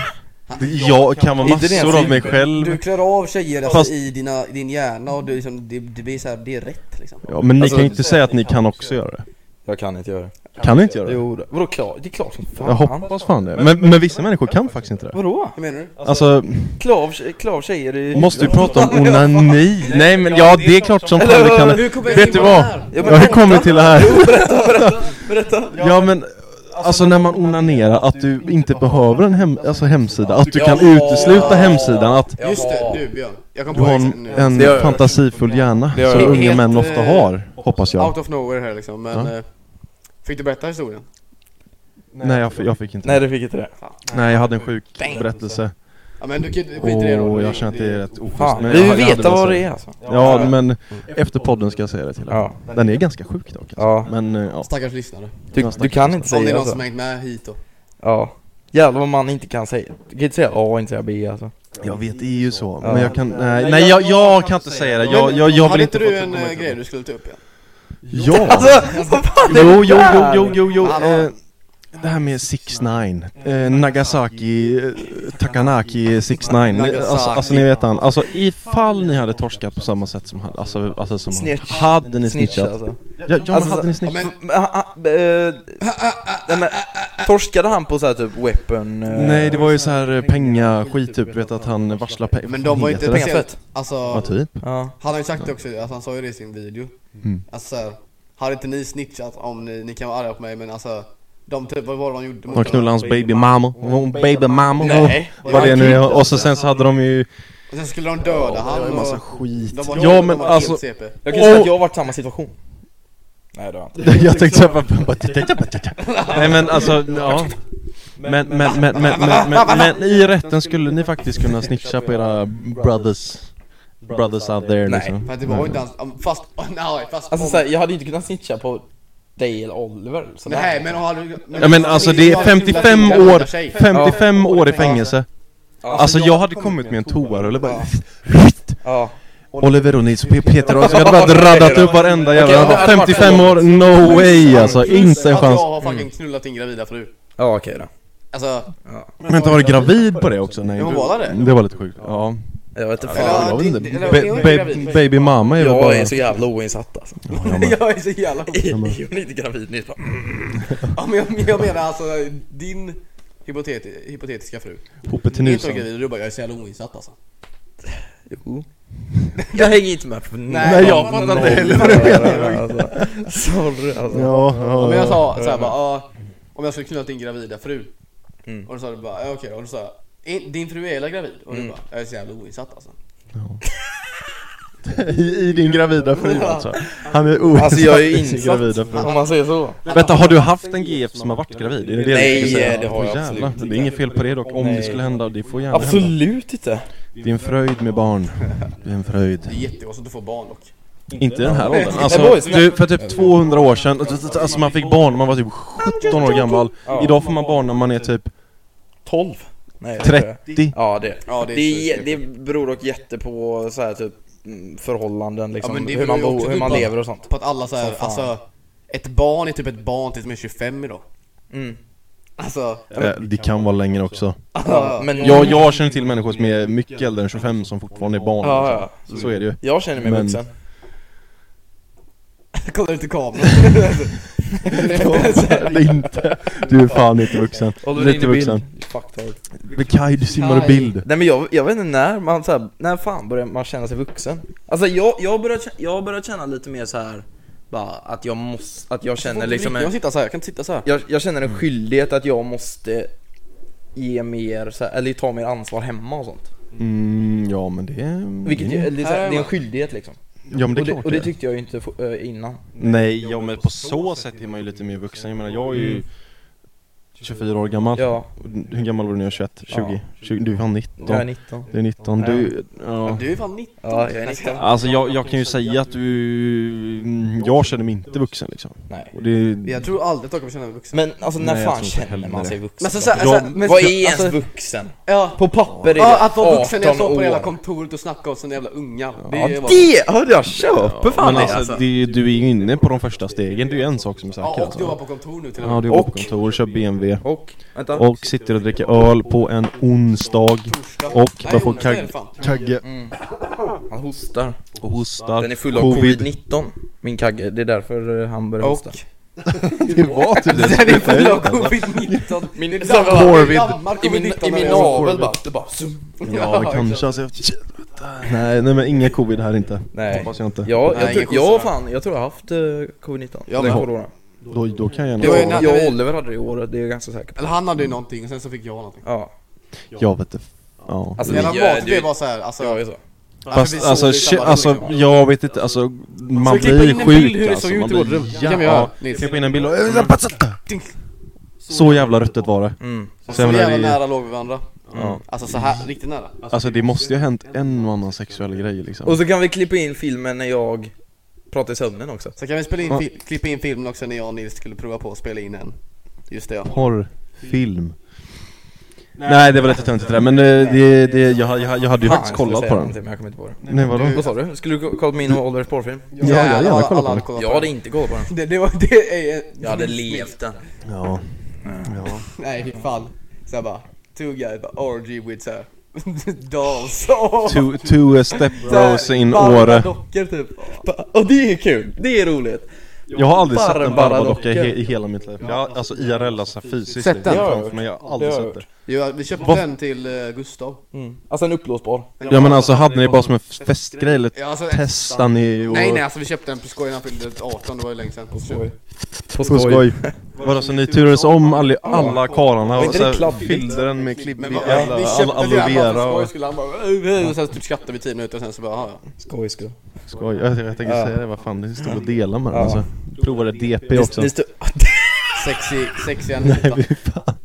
B: Jag kan vara
A: Inte det ens
B: massor av mig
A: inte.
B: själv
C: Du klär av tjejer alltså,
B: Fast-
C: i dina, din hjärna och du liksom, det, det blir så här, det är rätt liksom.
B: Ja men ni
A: Alltså-
B: kan ju inte säga att ni kan också göra det
A: Jag kan inte göra det.
B: Kan ni inte göra det?
A: Jo, då. vadå klart? Det är klart som fan.
B: Jag hoppas fan det, men, men vissa människor kan faktiskt inte det
A: Vadå?
C: Hur menar du?
B: Alltså
A: Klav, klav tjejer i...
B: Måste vi prata om onani? Nej men ja, det är klart som fan vi kan
C: Hur kommer jag in
B: Vet du
C: på
B: vad?
C: det här?
A: Ja,
B: Ja,
A: men
B: hur kommer vi till det här?
A: Berätta!
B: Ja men, alltså när man onanerar, att du inte behöver en hem, alltså, hemsida, att du kan
C: Ja.
B: utesluta hemsidan, att
C: Just det, du Björn. Jag kom
B: du
C: på
B: har
C: exakt
B: en,
C: nu.
A: Det gör
B: en
A: jag.
B: fantasifull hjärna,
A: Det gör
B: som
A: jag.
B: unga män
C: Helt,
B: ofta
C: eh,
B: har, hoppas jag
C: Out of nowhere här liksom, men...
B: Ja.
C: eh, Fick du berätta historien?
B: Nej jag, f- jag fick inte
A: Nej,
B: Nej,
A: det fick inte det.
B: jag hade en sjuk berättelse
C: Ja men du kan ju- skit i det då.
B: och
C: Det-
B: jag känner att det är rätt oschysst
A: Fan,
B: men
A: vi
B: jag- jag
A: vill
B: hade
A: veta
B: bara
A: vad
B: så-
A: det är alltså.
B: Ja men, efter podden ska jag säga det till er
A: Ja.
B: Den är ganska sjuk dock
A: Ja.
B: alltså. men eh, ja
C: Stackars lyssnare.
A: Du, du kan inte
C: Om det är
A: säga
C: någon som
A: alltså.
C: hängt med hit då.
A: Ja. Jävlar vad man inte kan säga. Du kan inte säga A och inte säga B alltså.
B: Jag vet, det är ju så,
A: Ja.
B: men jag kan, nej, nej jag, jag kan inte säga det, jag, jag, jag vill
C: Hade
B: inte
C: inte du
B: få-
C: en eh, grej du skulle ta upp igen?
B: Ja!
A: Alltså, vad fan är
B: Jo,
A: det
B: jo, jo,
A: där?
B: jo, jo, jo,
C: Hallå.
B: eh, det här med 6 9 eh, Nagasaki, eh, Takanaki 6 9 alltså, alltså ni vet han, alltså ifall ni hade torskat på samma sätt som han, alltså, alltså som han,
A: Snitch.
B: hade ni
A: Snitch
B: snitchat?
A: alltså.
B: Ja, ja men
A: Alltså,
B: hade ni
A: så-
B: snitchat?
C: men-
A: Men, ha- ha- eh, nej, men, torskade han på så här typ weapon? eh,
B: Nej, det var ju så här eh, pengaskit typ, vet att han varslar pengar,
C: Men de var inte
A: Pengar
C: speciellt-
A: fett.
C: Alltså,
B: Ja, typ.
A: Ja.
C: han har ju sagt det också, alltså, han sa ju det i sin video
B: Mm.
C: Alltså så här, hade inte ni snitchat om ni, ni kan vara arga på mig men alltså De typ, vad var det de gjorde? mot
B: De knullade hans baby mamma, hon baby mamma,
C: Nej.
B: vad det nu är, och så sen så hade typ. de ju
C: Och sen skulle de döda
B: det var
C: han
B: ju massa
C: och
B: skit
C: de var
B: Ja
C: de
B: men
C: var
B: alltså
C: helt CP.
A: Jag kan säga att jag har varit i samma situation. Nej det har jag inte.
B: *laughs* Jag tänkte såhär bara, bara titta, titta, titta, titta. Nej men
C: *laughs*
B: alltså, ja men, men, men, men, men, men, men i rätten skulle ni faktiskt kunna snitcha på era brothers Brothers out there
A: Nej.
B: liksom
C: För att det var ju inte hans, fast, *laughs* oh, nej fast
A: Alltså
C: om-
A: såhär, jag hade inte kunnat snitcha på dig eller Oliver eller sådär.
C: Nej men har du
B: Ja men alltså det är 55 år, 55 år i fängelse Alltså jag hade kommit med en toarulle bara
A: Ja.
B: Oliver och Nils och Peter och så jag hade bara raddat upp varenda jävla 55 år, no way alltså, inte en chans Mm.
C: Jag har fucking knullat din gravida fru
A: Ja okej då.
C: *laughs* Alltså,
B: Vänta var du gravid på det också? Nej
C: Ja, hon var det.
B: Det var lite sjukt, ja
A: Jag vet inte
C: Ja,
A: fan.
B: Jag vet inte.
C: det-
B: Ba-
C: det- det var ju
B: ba-
C: gravid.
B: baby mamma är väl bara...
A: Jag är så jävla oinsatt alltså.
C: jag är så jävla
A: Hon är inte gravid nyss bara.
C: ja, men jag, jag menar alltså din hypoteti- hypotetiska fru
B: Hoppet till
C: Är inte
B: nusan.
C: hon gravid? Du bara, jag är så jävla oinsatt alltså
A: Jo. Jag hänger inte med på
C: Nej, jag fattar inte heller vad
A: du menar alltså. Sorry alltså.
B: Ja,
C: Om
B: ja,
C: jag
B: ja.
C: sa såhär bara, ah, om jag skulle knulla din gravida fru
A: Mm.
C: Och då sa du bara, ja, okej då, och då sa jag "Är din fru är gravid? Och du bara, jag är så jävla oinsatt alltså
B: I, I din gravida fru alltså. Han är oinsatt
A: Alltså jag är
B: i
A: ju
B: sin
A: insatt,
B: gravida fru.
A: om man säger så.
B: Vänta, har du haft en GF som har varit gravid? Är det det du
A: Nej,
B: försöker säga?
A: det har jag
B: Åh,
A: absolut
B: jävlar. Det är inget fel på det dock. Om
A: Nej.
B: det skulle hända, det får gärna hända.
A: Absolut inte.
B: Det är en fröjd med barn. Det är en
C: Det
B: fröjd.
C: är jättekonstigt att få barn dock
B: Inte i den här åldern.
A: Nej,
B: Alltså,
A: boys,
B: du, för typ 200 år sedan, alltså man fick barn när man var typ 17 år gammal.
A: Ja.
B: Idag får man barn när man är typ
A: 12? Nej, det tror jag.
B: 30.
A: Ja det,
C: Ja,
A: det,
C: det
A: är
C: är
A: det,
C: sjukt.
A: beror dock jätte på så här, typ mm, förhållanden liksom,
C: Ja, men det
A: hur man,
C: beror
A: bor,
C: ju också
A: hur man
C: på-
A: lever och sånt
C: På att alla så här,
A: Som fan.
C: alltså ett barn är typ ett barn tills de är 25 idag.
A: mm.
C: Alltså, *laughs*
B: Eh, Det kan vara längre också.
A: ja, men,
B: Jag, jag känner till människor som är mycket äldre än 25 som fortfarande är barn.
A: Ja, ja.
B: liksom. Så
A: *laughs*
B: är det ju. *laughs*
A: jag känner mig
B: Men-
A: vuxen
C: kollar ut i kameran.
A: *laughs* Liksom
B: Det är inte. Du är fan inte vuxen. Du är inte vuxen.
A: Fuck hard.
B: Men Kaj, du simmar i bild.
A: Nej men jag, jag vet inte när man så här, när fan börjar man känna sig vuxen? Alltså jag, jag börjar, kä- jag börjar känna lite mer så här bara att jag måste, att jag känner liksom
C: Jag
A: en,
C: sitter så här, jag kan inte sitta så här.
A: jag, jag känner
B: Mm.
A: en skyldighet att jag måste ge mer, så här, eller ta mer ansvar hemma och sånt
B: Mm, ja men det är...
A: Vilket ju, eller, så här,
C: Här är
A: det är en
C: man.
A: skyldighet liksom
B: Ja men det är
A: och, det,
B: klart
A: och det tyckte jag ju inte få- eh, innan
B: Nej, ja men på så sätt är man ju lite mer vuxen. Jag menar jag är ju 24 år gammal.
A: Ja,
B: Hur gammal var du när jag var 21? 20?
A: Ja.
B: 20? Du är fan 19.
A: jag är 19
B: Du är 19. Du... Ja.
C: Du är fan 90.
A: Ja, jag är 19
B: Alltså jag, jag kan ju säga att du... mm, Jag känner mig inte vuxen liksom.
A: Nej
B: Och det...
C: Jag tror aldrig att jag kommer känna mig vuxen.
A: Men alltså när
B: Nej,
A: fan
B: jag tror inte
A: känner man
B: heller
A: sig
B: det.
A: vuxen?
C: Men så, så, här,
B: De-
C: så, här, men,
A: Vad är ens
C: alltså,
A: vuxen?
C: Ja,
A: På papper är det
C: ja, att vara vuxen är att
A: 18
C: stå på hela
A: år.
C: kontoret och snacka om sina jävla ungar. Det
A: Ja
C: är vad-
A: det! Hörde jag köper fan
B: men
A: det
B: alltså, det, du är ju inne på de första stegen, det är ju en sak som är säker
C: Ja, och du var
B: alltså.
C: på kontor nu till och
B: Ja,
C: med.
B: du jobbar på
A: Och-
B: kontor, kör BMW
A: Och, vänta
B: och sitter och dricker öl på en onsdag och
C: Nej,
B: man får
C: onsdag är det
B: kag
C: fan.
B: kagge
A: Han hostar
B: och hostar.
A: Den är full av covid-19 Min kagge, det är därför eh, han börjar *laughs* hosta
C: Och
B: Det var
C: *laughs*
B: typ det.
C: Den är full av covid-19. Min
B: Corvid.
A: I min, i min
B: nav-
A: navel bara, det bara zoom.
B: Ja, det kanske alltså. Nej, nej men inga covid här inte.
A: Nej
B: Hoppas jag inte.
A: Ja, jag,
C: Nej,
A: tror,
C: ingen
A: jag,
C: skjuts,
A: fan, jag tror jag har haft eh, covid-19 Den
C: Ja, men-
A: corona.
B: Då, då kan jag
C: Det var ju
B: nog...
C: när-
A: Jag, jag och Oliver hade det i år, det är jag ganska säker på
C: Eller han hade ju någonting och sen så fick jag någonting.
A: Ja,
B: Jag vet inte. Ja.
A: alltså
C: Hela
A: vi gör-
C: matet
A: du-
C: det var såhär, alltså...
A: jag är så
C: vi
B: Fast
C: såg
B: alltså,
C: det i samma
B: shit,
C: rum,
B: alltså
C: liksom.
B: jag vet inte, alltså man
C: vi klippa in
B: blir
C: en bild hur
B: sjuk
C: det
B: alltså.
C: såg
B: Man
C: ut i vårt
B: blir
C: rum? Det kan vi göra, Nils.
B: Klippa in en bild och... Så jävla ruttet var det.
A: mm.
C: Så,
B: Så jag menar,
C: jävla
B: det-
C: nära låg vi varandra.
B: Ja.
C: Alltså så här riktigt nära.
B: Alltså det måste ju ha hänt en och annan sexuell grej liksom.
A: Och så kan vi klippa in filmen när jag pratar i sömnen också
C: Så kan vi spela in,
B: Ja.
C: fi- klippa in filmen också när jag och Nils skulle prova på att spela in en. Just det ja.
B: Porrfilm. Nej det var lite töntigt det där men eh, det, det, jag, jag, jag hade ju faktiskt
A: Fan, jag
B: kollat
A: skulle
B: på
A: säga
B: den.
A: någonting, Men jag kommer inte på det
B: Nej vadå?
A: Vad sa du? Skulle du kolla på min och Olivers porrfilm?
B: Ja, jag hade gärna
C: Jävlar,
B: kollat på
C: alla
B: den.
C: kollar
A: Jag hade inte kollat på den
C: det. Det var, det är...
A: Jag hade levt den
B: Ja. ja.
C: Nej, fy fan. Så jag bara, two guys, bara orgy with såhär, *laughs* dolls. Åh,
B: Two, two eh,
C: *laughs*
B: step
C: så här,
B: rose in
C: varma
B: Åre.
C: dockor typ.
A: Och det är kul, det är roligt!
B: Jag har aldrig sett en
A: Barbara
B: barbadocka i,
A: dockor.
B: he- i hela mitt liv. Jag, har- alltså IRL alltså fysiskt.
C: Sett den?
B: det är framför mig, jag har aldrig
A: Det har
B: sett
A: jag
B: det.
C: Jo, vi köpte den till eh, Gustav.
A: Mm. Alltså en uppblåsbar
B: Ja men alltså hade ni det bara som en festgrej eller
C: Ja, alltså,
B: testade ni och...
C: Nej nej, alltså vi köpte den på skoj när han fyllde 18, det var ju länge sedan.
A: På
B: På skoj. *laughs* Vadå så ni turades om alla, alla karlarna
A: Var
B: och
A: inte
B: så
A: det
B: här
A: kladdigt?
B: fyllde den med klibbig
C: Men vad-
B: jävla
C: vi
B: al-
C: köpte
B: aloe
C: den bara
B: vera
C: för skoj
B: och...
C: skulle han bara "Äh, äh", och sen typ skrattade vi 10 minuter och sen så bara "Jaha, ja.
A: Skoj, skoj
B: Skoj, jag, jag tänkte
A: Ja.
B: säga det, vad fan det stod att dela med den
A: Ja.
B: alltså. Provade DP också. *laughs*
A: Ni *laughs* stod...
C: Sexy, sexy Anita. *laughs*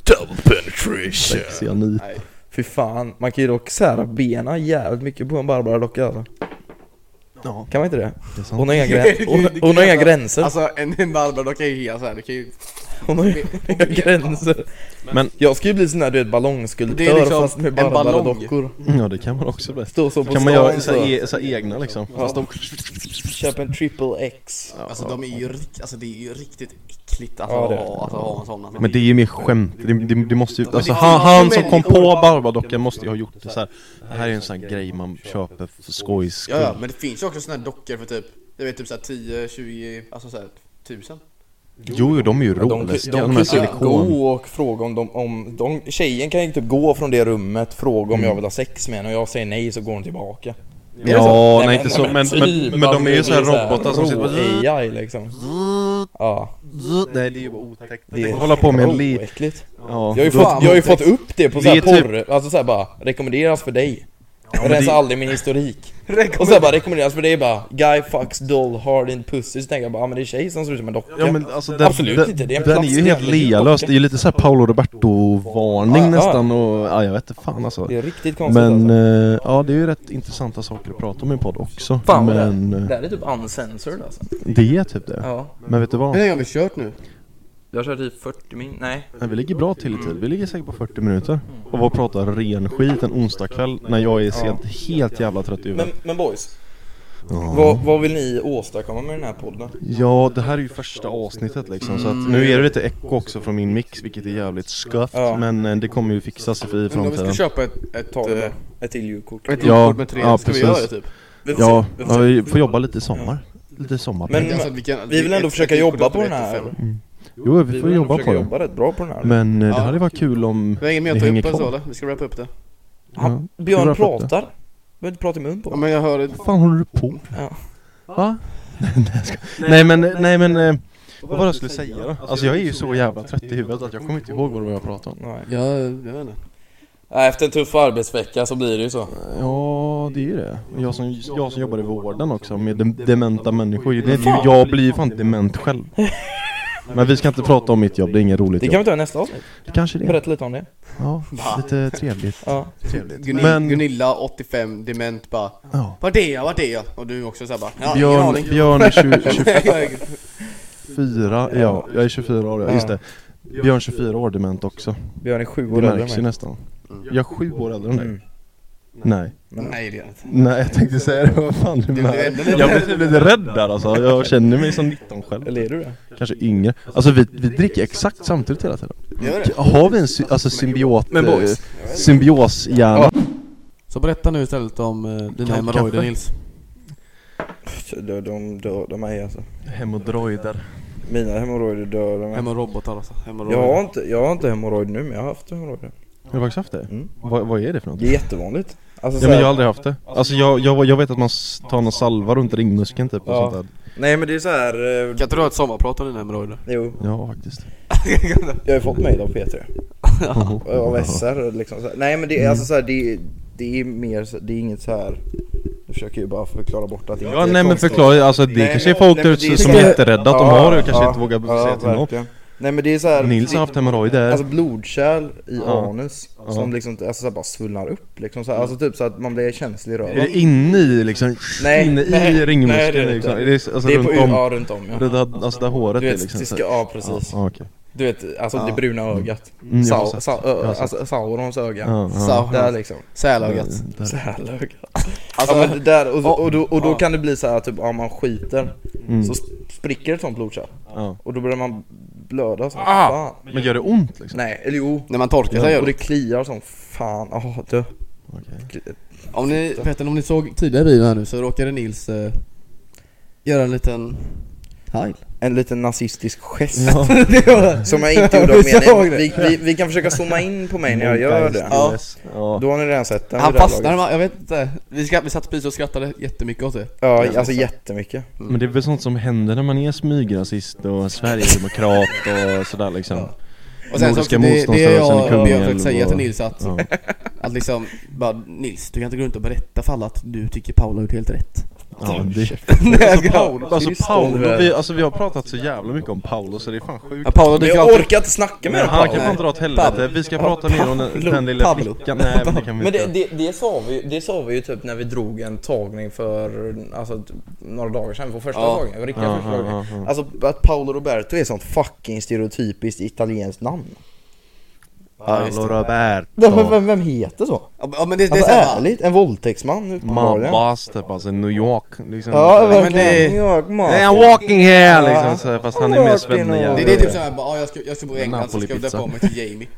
A: Double penetration!
B: Sexiga ni.
C: Nej.
A: Fy fan, man kan ju dock sära benen jävligt mycket på en Barbara-docka alltså.
B: Ja,
A: Kan man inte det?
B: det är sant.
A: Hon har inga,
B: *laughs*
A: grän- hon, hon har inga gränser.
C: Alltså en, en Barbara-docka är ju helt såhär, det kan ju...
A: Hon har ju *laughs* inga gränser.
B: Men-
A: jag ska ju bli sån där du vet
C: Det
A: ballongskulptör
C: är liksom
A: fast med
C: en ballong.
A: Barbara-dockor.
B: Ja det kan man också bli.
A: Stå så på
B: Kan
A: stan
B: man göra så,
A: så.
B: här e, så här egna liksom? Fast de...
A: Köp en triple X.
C: Alltså de är ju, rikt- alltså, det är ju riktigt äckligt alltså,
A: Ja, det är det.
C: att alltså, ha en sån alltså.
B: Men det är ju mer skämt, det, det, det måste ju, alltså
C: det-
B: han, han
C: men-
B: som kom på Barbadockan måste ju ha gjort det så här. Det här är en sån här grej man köper för skojs skull.
C: Ja, ja, men det finns ju också såna här dockor för typ, jag vet typ såhär 10, 20, alltså såhär tusen.
B: Jo, jo, de är ju
A: De, de,
B: råläskiga, de
A: de kan
B: här
A: ju typ
B: silikon.
A: gå och fråga om de, om de... Tjejen kan ju typ gå från det rummet, fråga om jag vill ha sex med henne och jag säger nej så går hon tillbaka. Är det så?
B: Mm.
A: Typ
B: Ja, nej inte så, men, men, men de är ju så här robotar som sitter och...
A: och... AI liksom. Ja,
B: Nej det är ju bara otäckt.
A: det är...
B: Hålla på med en li...
A: Oäckligt.
B: Ja.
A: Jag har ju,
C: Fan,
A: fått, jag har ju fått
C: otäckt.
A: upp det på
B: Det
A: såhär
B: är typ-
A: porr, alltså såhär bara rekommenderas för dig. Jag rensar
B: det-
A: aldrig min historik. Och sen bara rekommenderas för det är bara Guy fucks doll hard in pussy Så tänker jag bara, ja men det är tjej som ser ut som en docka
B: Ja, men alltså den,
A: Absolut
B: den,
A: inte, det är en
B: Den är
A: plats-
B: ju helt
A: det är en
B: lealös, det är ju lite såhär Paolo Roberto-varning
A: Ja, ja.
B: nästan och ja, jag vet inte fan alltså
A: Det är riktigt konstigt
B: Men
A: alltså.
B: eh, ja, det är ju rätt intressanta saker att prata om i en podd också
A: Fan vad
B: Men
A: det,
B: eh,
A: det här är typ uncensored alltså
B: det är typ det
A: Ja
B: Men vet du vad?
C: Hur länge har vi kört nu?
A: Jag körde i 40 min, nej
B: Nej, Eh, vi ligger bra till i tid, vi ligger säkert på 40 minuter Och vad pratar ren skit en onsdagkväll när jag är sent, helt jävla trött i
A: Men,
B: huvudet
A: men boys,
B: Ja.
A: vad, vad vill ni åstadkomma med den här podden?
B: Ja, det här är ju första avsnittet liksom så
A: Mm.
B: att nu är det lite echo också från min mix vilket är jävligt skört
A: Ja.
B: men eh, det kommer ju fixas i
C: Undrar om vi
B: framtiden
C: ska köpa ett, ett,
A: Ta det
C: eh,
A: då. Ett till julkort
C: ett
B: Ja,
C: julkort med tre,
B: ja,
C: ska vi
B: precis.
C: göra det typ?
A: Vi får
B: Ja,
A: se, vi får
B: ja,
A: se.
B: vi får jobba lite i sommar. Lite sommar.
A: Men-
C: Alltså att vi, kan,
A: vi vill ändå
C: ett-
A: försöka
C: ett
A: jobba
C: julkort
A: på
C: med
A: den här.
C: ett till fem.
B: jo, vi
A: Vi
B: får
A: vill
B: jobba
A: försöka
B: på det.
A: jobba rätt bra på den här
B: Men eh, det
C: Ja.
B: hade varit kul om...
C: Det är inget mer
B: Vi
C: att ta
B: hänger
C: upp eller
B: kvar.
C: så eller? Vi ska wrappa upp det.
A: Han,
B: Hur
A: Björn
B: har jag fått
A: pratar. Du behöver inte prata i mun på
C: Ja
A: honom.
C: men jag hör det.
B: Vad fan håller du på med?
A: Ja.
B: Va? Nej, jag skojar. *laughs* nej men, nej men... eh, Vad var det jag skulle säga då? Alltså jag är ju så jävla trött i huvudet att jag kommer inte ihåg vad det var jag pratade om.
A: Nej.
C: Ja, jag vet inte.
A: Nej, Efter en tuff arbetsvecka så blir det ju så.
B: Ja, det är ju det. Jag som, jag som jobbar i vården också med dem- dementa människor. Det är ju,
A: Fan.
B: jag blir ju fan dement *laughs* själv. Men vi ska inte prata om mitt jobb, det är inget roligt
A: Det kan vi
B: jobb.
A: ta i nästa avsnitt.
B: Kanske det.
A: Berätta lite om det.
B: Ja, lite trevligt.
A: Ja.
B: Trevligt.
C: Gunilla,
B: Men-
C: Gunilla 85, dement bara
B: Ja.
C: Vart är jag? Vart är jag? Och du också såhär bara ja,
B: Björn,
C: *laughs* ingen
B: Björn är 20,
A: *laughs*
C: aning.
B: 24, ja, jag är 24 år, ja, just det Björn är 24 år dement också,
A: Björn är sju
B: det
A: år äldre än
B: märks ju
A: mig.
B: nästan Jag är 7 år äldre än
A: Mm.
B: dig Nej,
C: Nej det är jag inte.
B: nej jag tänkte säga det, vad fan du
C: det är
B: med?
C: ändå lite-
B: Jag blev typ lite rädd där alltså, jag känner mig som 19 själv
A: Eller är du det?
B: Kanske yngre, alltså vi, vi dricker exakt samtidigt hela tiden
C: Gör det?
B: Har vi en sy- alltså symbiot,
A: Men boys.
B: eh, symbios-hjärna?
C: Så berätta nu istället om uh, dina hemorrojder Nils.
A: Alltså, De, de, de, de är alltså.
B: Hemodroider
A: Mina hemorrojder dör. De är.
C: Hemorrobotar alltså.
A: Jag
C: Hemorrojder.
A: har inte, jag har inte hemorrojd nu, men jag har haft hemorrojder.
B: Har du faktiskt haft det?
A: Mm.
B: Vad, vad är det för något?
A: Det är jättevanligt. Alltså,
B: Ja
A: så
B: men
A: här-
B: jag har aldrig haft det, alltså jag, jag, jag vet att man s- tar någon salva runt ringmuskeln typ och
A: Ja.
B: sånt där
A: Nej men det är så här. eh,
C: Kan inte du ha ett sommarprat om dina hemorrojder?
A: Jo,
B: Ja
A: *laughs*
B: faktiskt
A: jag har ju fått mejl av P3. Av SR liksom. Så här. Nej men det
B: Mm.
A: är alltså så här, det, det är mer, så- det är inget så här. Jag försöker ju bara förklara bort att det
B: Ja
A: är
B: nej men
A: konstigt.
B: förklara, alltså det
A: Nej,
B: kanske är
A: men-
B: folk
A: nej,
B: där
A: men
B: ute
A: det är
B: som
A: så-
B: är jätterädda att de
A: Ja,
B: har det och kanske
A: ja,
B: inte vågar
A: ja,
B: säga till någon
A: verkligen. Nej men det är så här,
B: Nils har
A: det,
B: haft hemorrojder
A: Alltså blodkärl i
B: Ja.
A: anus
B: Ja. Mm.
A: som liksom alltså, så här, bara svullnar upp liksom så här, Alltså typ så att man blir känslig i röven
B: Är det inne i liksom,
A: Nej,
B: inne i
A: nej, nej,
B: ringmuskeln
A: det är det
B: liksom?
A: inte.
B: Är det, alltså
A: Det är
B: runt
A: på
B: om?
A: ja, runt om
B: Det
A: ja.
B: där, alltså där håret
A: Du
B: är
A: vet,
B: liksom
A: det
B: så
A: ska,
B: här-
A: ja
B: Ja,
A: precis
B: ja, okej
A: Du vet, alltså det
C: Ja.
A: bruna ögat
B: Mm, jag har
A: Sau-
B: sett.
A: sau-
B: Jag har
A: ö-
B: sett.
A: Alltså Saurons öga
B: Ja, ja.
C: Sau-
A: Där liksom
C: Sälögat.
B: Där-
A: Så
B: där.
A: här ögat
C: Alltså,
A: ja, men det där, och, så-
C: ja,
A: och, då, och då
C: ja.
A: kan det bli så här typ, om man skiter
B: Mm.
A: Så sp- spricker ett sånt blodkärl
B: Ja.
A: Och då börjar man blöda som
C: Ah!
A: fan
B: Men gör det ont liksom?
A: Nej, eller jo
C: När man torkar sig gör
A: Och det
C: det.
A: kliar som fan, ah du
B: Okej.
C: Om ni, vet ni, om ni såg tidigare videon här nu så råkade Nils eh, göra en liten
A: *laughs*
C: heil.
A: En liten nazistisk gest
B: Ja.
A: Som jag inte gjorde av
C: Vi såg
A: mening.
C: det.
A: Vi, vi, vi kan försöka zooma in på mig när jag gör det.
B: Ja. Ja.
A: Då har ni redan sett den
C: Han
A: vid det här
C: fastnade
A: laget.
C: va? Jag vet inte. Vi, skratt, vi satt precis och skrattade jättemycket åt det.
A: Ja, alltså jättemycket.
B: Men det är väl sånt som händer när man är smygrasist och Sverigedemokrat och sådär liksom
C: Ja. Och sen så också,
B: Nordiska
C: det, det är
B: motståndsrörelsen i
C: jag, det jag
B: Kungälv
C: försökt säga
B: och-
C: till Nils att,
B: Ja.
C: att liksom, bara Nils, du kan inte gå runt och berätta för alla att du tycker Paula har gjort helt rätt.
B: Ja,
C: *laughs*
B: det,
C: Nej, jag ska-
B: Paolo, alltså Paolo, vi, alltså vi har pratat så jävla mycket om Paolo så det är fan sjukt
C: Ja, Paula
A: Men
C: dyker
A: jag
C: alltid...
A: orkar inte snacka med
B: Men
A: dem
B: han kan
A: Paolo.
B: fan dra åt helvete, vi ska prata mer om den, den lilla
C: Pablo.
B: flickan Nej men det kan vi
A: Men det,
B: inte
A: det, det, sa vi, ju- det sa vi ju typ när vi drog en tagning för alltså, t- några dagar sedan, på första
C: Ja.
A: tagningen, riktiga
B: Ja,
A: första
B: ja,
A: tagningen.
B: ja, ja.
A: Alltså att Paolo Roberto är ett sånt fucking stereotypiskt italienskt namn.
B: Paolo
A: Men
B: Roberto
A: vem, vem heter så?
C: Ja men det, det är
A: Alltså
C: såhär,
A: ärligt, en våldtäktsman uppenbarligen.
B: Mabbas typ alltså, New York liksom
A: Ja,
B: Så-
A: verkligen.
C: det-
A: Ja, man.
B: Nej, I'm walking here
A: Ja.
B: liksom så, här, fast han är mer svennejävel
C: det, det är typ såhär bara, ja, jag ska, jag ska bo i England så jag ska
B: Napoli-pizza.
C: döpa om mig till Jamie.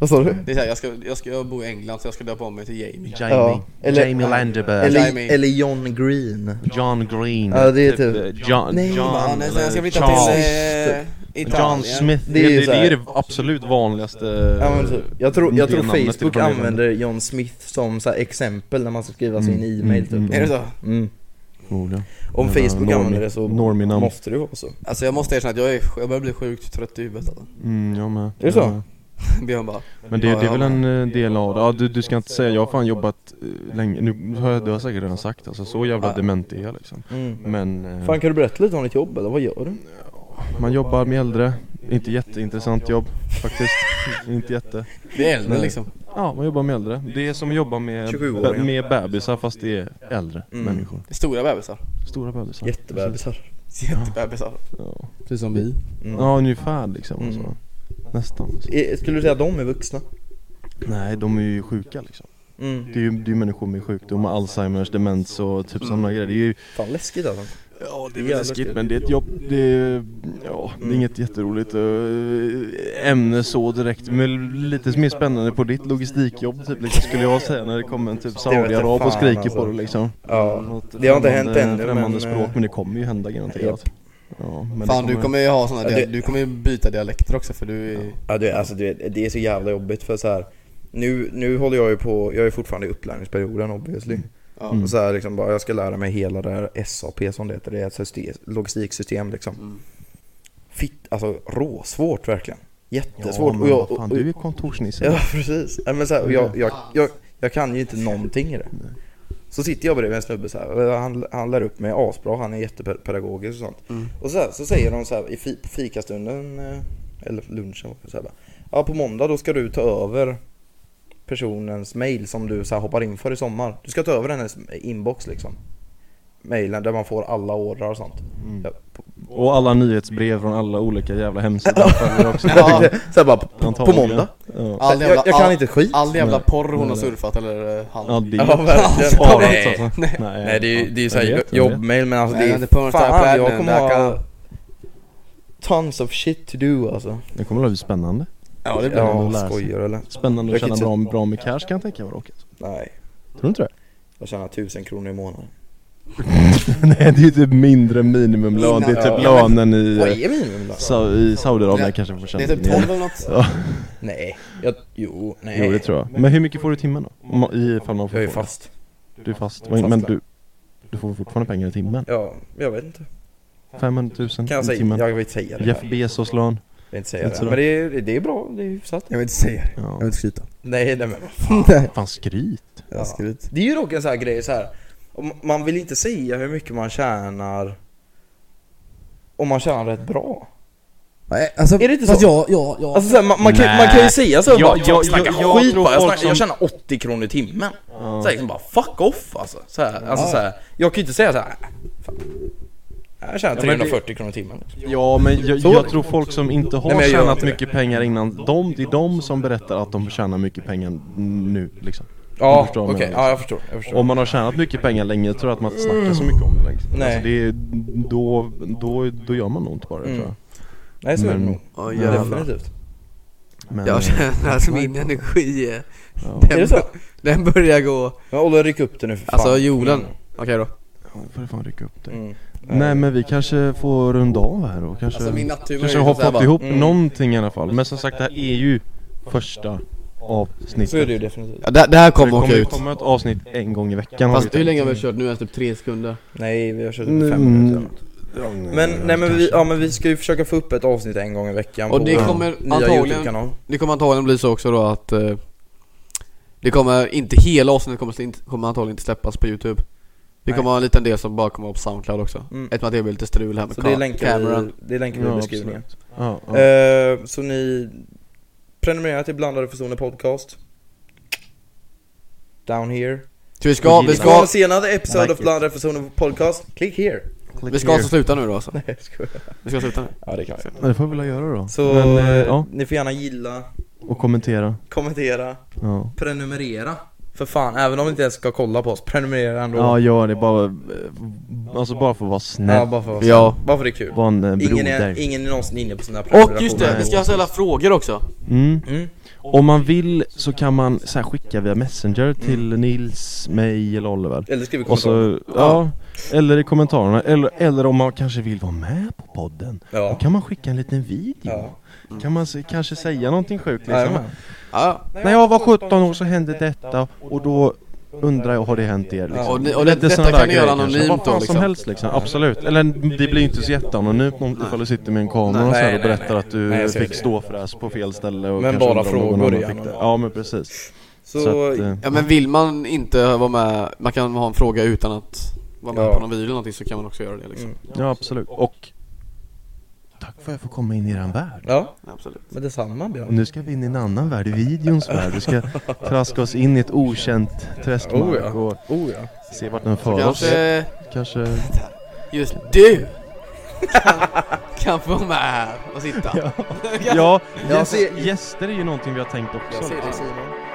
A: Vad sa du?
C: Det är såhär, jag ska, jag ska bo i England så jag ska döpa om mig till Jamie.
B: Jamie,
A: eller-
B: Jamie Landerberg
A: Eller,
C: Jaime.
A: eller John Green.
B: John Green
A: Ja, det är typ-
B: eh, John,
A: Nej, alltså,
C: Ja,
B: John,
C: nej, sen jag ska
B: eller
C: flytta till
B: Charles
C: eh,
B: John
C: Italien.
B: Smith,
A: Det är
B: det
A: ju
B: är det
A: så här-
B: är ju det absolut vanligaste
A: Ja, men typ. Jag tror, jag tror
B: namnet
A: Facebook
B: ifrån Irland.
A: använder John Smith som så här exempel när man ska skriva sin
B: Mm,
A: e-mail
B: mm,
A: typ.
C: Är det så?
A: Mm.
B: Förmodligen.
A: Om
B: Men,
A: Facebook
B: normie-
A: använder det så
B: normie-namn.
A: måste det ju vara så.
C: Alltså *laughs* jag måste erkänna att jag, är, jag börjar bli sjukt trött i huvudet alltså.
B: Mm, jag med
A: Är det så?
B: Jag med.
A: Björn bara,
B: Men det, det är väl en eh, del av det. Ja, du, du ska inte säga, jag har fan jobbat eh, länge. Nu har jag, det har jag säkert redan sagt alltså, så jävla
A: Ja.
B: dement är jag liksom.
A: mm.
B: Men eh,
A: Fan kan du berätta lite om ditt jobb eller vad gör du?
B: man jobbar med äldre. Inte jätteintressant jobb faktiskt. inte jätte.
C: Det är äldre
B: Nej.
C: liksom.
B: Ja, man jobbar med äldre. Det är som att jobba med,
A: 27-åringar.
B: med bebisar fast det är äldre
A: Mm.
B: människor.
C: Stora bebisar. *laughs*
B: Stora bebisar.
A: Jättebebisar.
C: Jättebebisar.
B: Ja.
C: Precis som vi.
B: ja, ungefär liksom.
A: Mm.
B: Så. Nästan.
A: Eh, Skulle du säga att de är vuxna?
B: Nej, de är ju sjuka liksom.
A: Mm.
B: Det är ju det är ju människor med sjukdomar, Alzheimers, demens och typ sådana grejer. Det är ju
A: Fan läskigt alltså.
B: Ja det
A: är väl
B: är väl
A: läskigt.
B: läskigt men det är ett jobb, det är, ja,
A: Mm.
B: det är inget jätteroligt eh, ämne så direkt men lite mer spännande på ditt logistikjobb typ liksom, skulle jag säga när det kommer en typ saudiarab och
A: fan,
B: skriker
A: alltså.
B: på dig liksom
A: Ja.
B: Något
A: Det har inte
B: främmande-
A: hänt ännu,
B: Främmande
A: men,
B: språk
A: eh,
B: men det kommer ju hända garanterat ja, men det
C: Fan du kommer ju ha såna,
A: Ja, det-
C: du kommer ju byta dialekter också för du är...
A: Ja, du, alltså, du vet, det är så jävla jobbigt för så här. Nu, nu håller jag ju på, jag är fortfarande i upplärningsperioden obviously.
B: Mm.
C: Ja.
A: Och så här, liksom, bara, jag ska lära mig hela det här SAP som det heter, det är ett system, logistiksystem liksom.
B: Mm.
A: Fitt, alltså råsvårt verkligen. Jättesvårt.
B: Ja,
A: och
B: men
A: jag,
B: vad fan,
A: och-
B: du är kontorsnisse
A: Ja *laughs* precis. Nej, men så här, och jag, jag, jag, jag kan ju inte någonting i det. Så sitter jag bredvid en snubbe så här, och han, han lär upp mig asbra, han är jättepedagogisk och sånt. Och så, här, så säger de så här i fi, på fikastunden, eh, eller lunchen, så här, bara, ja på måndag då ska du ta över personens mail som du så här, hoppar in för i sommar. Du ska ta över hennes inbox liksom. Mailen där man får alla ordrar och sånt. Ja, på,
B: Och alla nyhetsbrev från alla olika jävla hemsidor
A: *laughs*
B: följer också
A: så här, bara, på, på
B: Antagligen.
A: måndag.
B: Ja,
C: All
A: Jag, jag kan
C: all-
A: inte skit.
C: All jävla
B: Nej.
C: porr hon har
B: Nej, nej.
C: surfat eller eh, han.
B: ja det
A: Ja, verkligen.
B: Sparat,
A: Nej.
B: alltså. Nej,
C: Eh,
A: Nej det är ju det är ju
B: jag
A: såhär
B: vet, jag vet.
A: jobbmail men alltså
C: Nej,
A: det är
C: det är på något
A: fan
C: annat värld
A: jag
C: nu,
A: kommer
C: där
A: ha
C: kan-
A: tons of shit to do alltså.
B: Det kommer att bli spännande
C: Ja, det blir
B: nog
A: Ja,
B: att lära sig.
A: skojar eller?
B: Spännande
A: Jag
B: att
A: kan
B: tjäna
A: inte
B: bra, bra med cash kan jag tänka mig Rocket
A: Nej,
B: Tror du inte det?
A: jag tjänar tusen kronor i månaden.
B: *laughs* Nej det är ju typ mindre minimumlön, det är typ
A: Ja,
B: lönen i,
C: Eh,
A: Vad är minimilön?
B: Sa- i Saudiarabien
C: Det-
B: kanske får
C: Det
B: tjäna
C: är typ
B: lite
C: 12
B: mer.
C: eller något.
B: Ja,
A: Nej, jag, jo, nej.
B: jo det tror jag. Men hur mycket får du i timmen då? Om, man- I ifall man får
A: Jag är
B: fråga.
A: fast.
B: Du är fast,
A: Fast
B: men, men
A: lön.
B: du, du får fortfarande pengar i timmen?
A: Ja, jag vet inte.
B: 500 000
A: Kan jag
B: i
A: säga?
B: timmen?
A: Jag vill inte säga det.
B: Jeff
A: Jag
B: Bezos lön?
A: vill inte säga
B: Jag
A: det.
B: tror
A: Men det är, det är bra, det är hyfsat.
C: Jag vill inte säga det.
B: Ja.
C: inte skryta.
A: Nej, nej men.
B: Fan skryt!
A: Ja.
C: Jag skryter.
A: Det är ju dock en sån här grej så här. Om, man vill inte säga hur mycket man tjänar om man tjänar rätt bra.
C: Nej, alltså,
A: Är det inte
C: fast
A: så?
C: jag, jag, jag,
A: Alltså såhär, man, man, kan, man kan ju säga så
B: Nej.
A: bara,
B: Jag- jag-
A: snacka
B: jag-
A: skit
B: jag tror
A: bara, jag,
B: folk
A: snackar, jag
B: som-
A: tjänar 80 kronor i timmen.
B: Ja.
A: Så här, liksom bara fuck off alltså. Så här, alltså så här, jag kan ju inte säga såhär, jag tjänar
B: Ja, men det-
A: 340 kronor i timmen. liksom."
B: Ja men jag,
A: Så-
B: jag tror folk som inte
A: Nej,
B: har
A: men jag gör
B: tjänat
A: inte det.
B: mycket pengar innan, de, det är de som berättar att de tjänar mycket pengar nu liksom
A: Ja,
B: Jag förstår vad
A: okej,
B: jag menar.
A: ja jag förstår. Jag förstår.
B: Om man har tjänat mycket pengar länge tror jag att man inte snackar så mycket om det längre.
A: Nej.
B: Alltså det är, då, då, då gör man nog inte bara det
A: Mm.
B: tror jag.
A: Nej så är det
B: Men-
A: nog.
D: Åh
A: Ja,
D: jävlar.
A: definitivt.
B: Men,
D: Jag
B: eh,
D: känner att min energi är...
B: Ja.
A: Är det
D: Den,
A: så?
D: den börjar gå...
A: Men Olle ryck upp det nu för fan.
D: Alltså jorden. Okej då.
B: *laughs* ja, får du fan rycka upp dig.
A: Mm.
B: Nej men vi kanske får runda av här och kanske,
C: alltså min natur
B: kanske
C: är
B: har
C: ju så här
B: fått
C: bara-
B: ihop
A: Mm.
B: någonting i alla fall. Men som sagt det här är ju första avsnittet.
A: Så är det ju definitivt.
D: Ja, där, där
B: det
D: kommer åka
B: kommer ju
D: ut.
B: komma ett avsnitt en gång i veckan. har
D: Fast hur
B: tänkt.
D: länge har vi kört nu? Är det typ tre sekunder?
A: Nej vi har kört
B: Mm.
A: upp fem minuter eller något.
B: Ja, nej,
A: Men nej men vi,
B: Mm, kanske.
A: ja, men vi ska ju försöka få upp ett avsnitt en gång i veckan
D: Och
A: på
D: det
A: vår
D: kommer
A: nya
D: antagligen-
A: Youtube-kanal.
D: Det kommer antagligen bli så också då att eh, Det kommer inte hela avsnittet kommer, slint- kommer antagligen inte släppas på youtube Vi
A: Nej.
D: kommer ha en liten del som bara kommer upp på Soundcloud också
A: Mm.
D: Eftersom att det blir lite strul här med
A: Så det
D: ka-
A: länkar vi,
D: kameran
A: det länkar vi i
B: Ja,
A: beskrivningen.
B: absolut. Ja, ja.
A: Eh, så ni prenumerera till Blandade Personer Podcast. Down here.
D: Så vi ska, vi
A: If you
D: ska,
A: wanna see another episode
B: Like
A: of
B: it.
A: Blandade Personer Podcast, click here.
B: Click
D: vi ska
B: here. *laughs*
D: alltså sluta nu då alltså
A: Nej, jag skojar.
D: Vi ska sluta nu
A: Ja, det kan vi.
B: Ja, det får vi väl göra då.
A: Så
B: Men, eh,
A: eh,
B: ja,
A: ni får gärna gilla,
B: och kommentera.
A: kommentera,
B: Ja.
A: prenumerera. För fan, även om ni inte ens ska kolla på oss, prenumerera ändå.
B: Ja gör det, bara, eh, alltså bara för att vara snäll
A: Ja, bara för att
D: Ja
A: bara för det är kul.
B: Var en eh,
A: Ingen
B: broder
A: är, ingen är någonsin inne på sina prenumerationer.
D: Och just det, vi ska ställa frågor också
B: mm.
A: Mm.
B: Om man vill så kan man så här, skicka via messenger till
A: Mm.
B: Nils, mig eller Oliver
A: Eller skriv i
B: och
A: kommentarer.
B: så, ja, eller i kommentarerna, eller, eller om man kanske vill vara med på podden Då
A: Ja.
B: kan man skicka en liten video
A: Ja.
B: Kan man se, kanske säga någonting sjukt liksom
A: Jajamän.
D: ja.
B: När jag var 17 år så hände detta och då Undrar jag, har det hänt er liksom?
C: Ja, och ni- och det-
B: Lite
C: detta
B: såna
C: kan
B: där
C: ni göra
B: grejer kanske.
C: anonymt
B: Vad
C: då,
B: fan som
C: liksom.
B: helst liksom, absolut. Eller det blir ju inte så jätteanonymt om ifall du sitter med en kamera och, så här och berättar att du
A: Nej, jag ser
B: fick
A: det.
B: ståfräs på fel ställe och
A: Men
B: kanske
A: bara
B: undrar om någon
A: frågor
B: annan
A: igen.
B: fick det. Ja men precis.
A: Så,
B: Så att, eh,
C: Ja men vill man inte vara med, man kan ha en fråga utan att vara med
A: Ja.
C: på någon video eller någonting så kan man också göra det liksom.
A: Mm.
B: ja absolut. Och Tack för att jag får komma in i den värld.
A: ja,
C: Absolut.
A: men detsamma
B: Och
A: Björn.
B: nu ska vi in i en annan värld, i videons värld.
A: *laughs*
B: Vi ska traska oss in i ett okänt
A: Oh,
B: träskmark
A: ja.
B: och
A: Oh ja.
B: se vart den för oss.
C: Kanske
B: Kanske...
C: just du *laughs* kan, kan få vara med här och sitta.
B: Ja,
A: Jag
B: gäst,
A: ser-
B: gäster är ju någonting vi har tänkt också.
A: Jag ser dig Simon.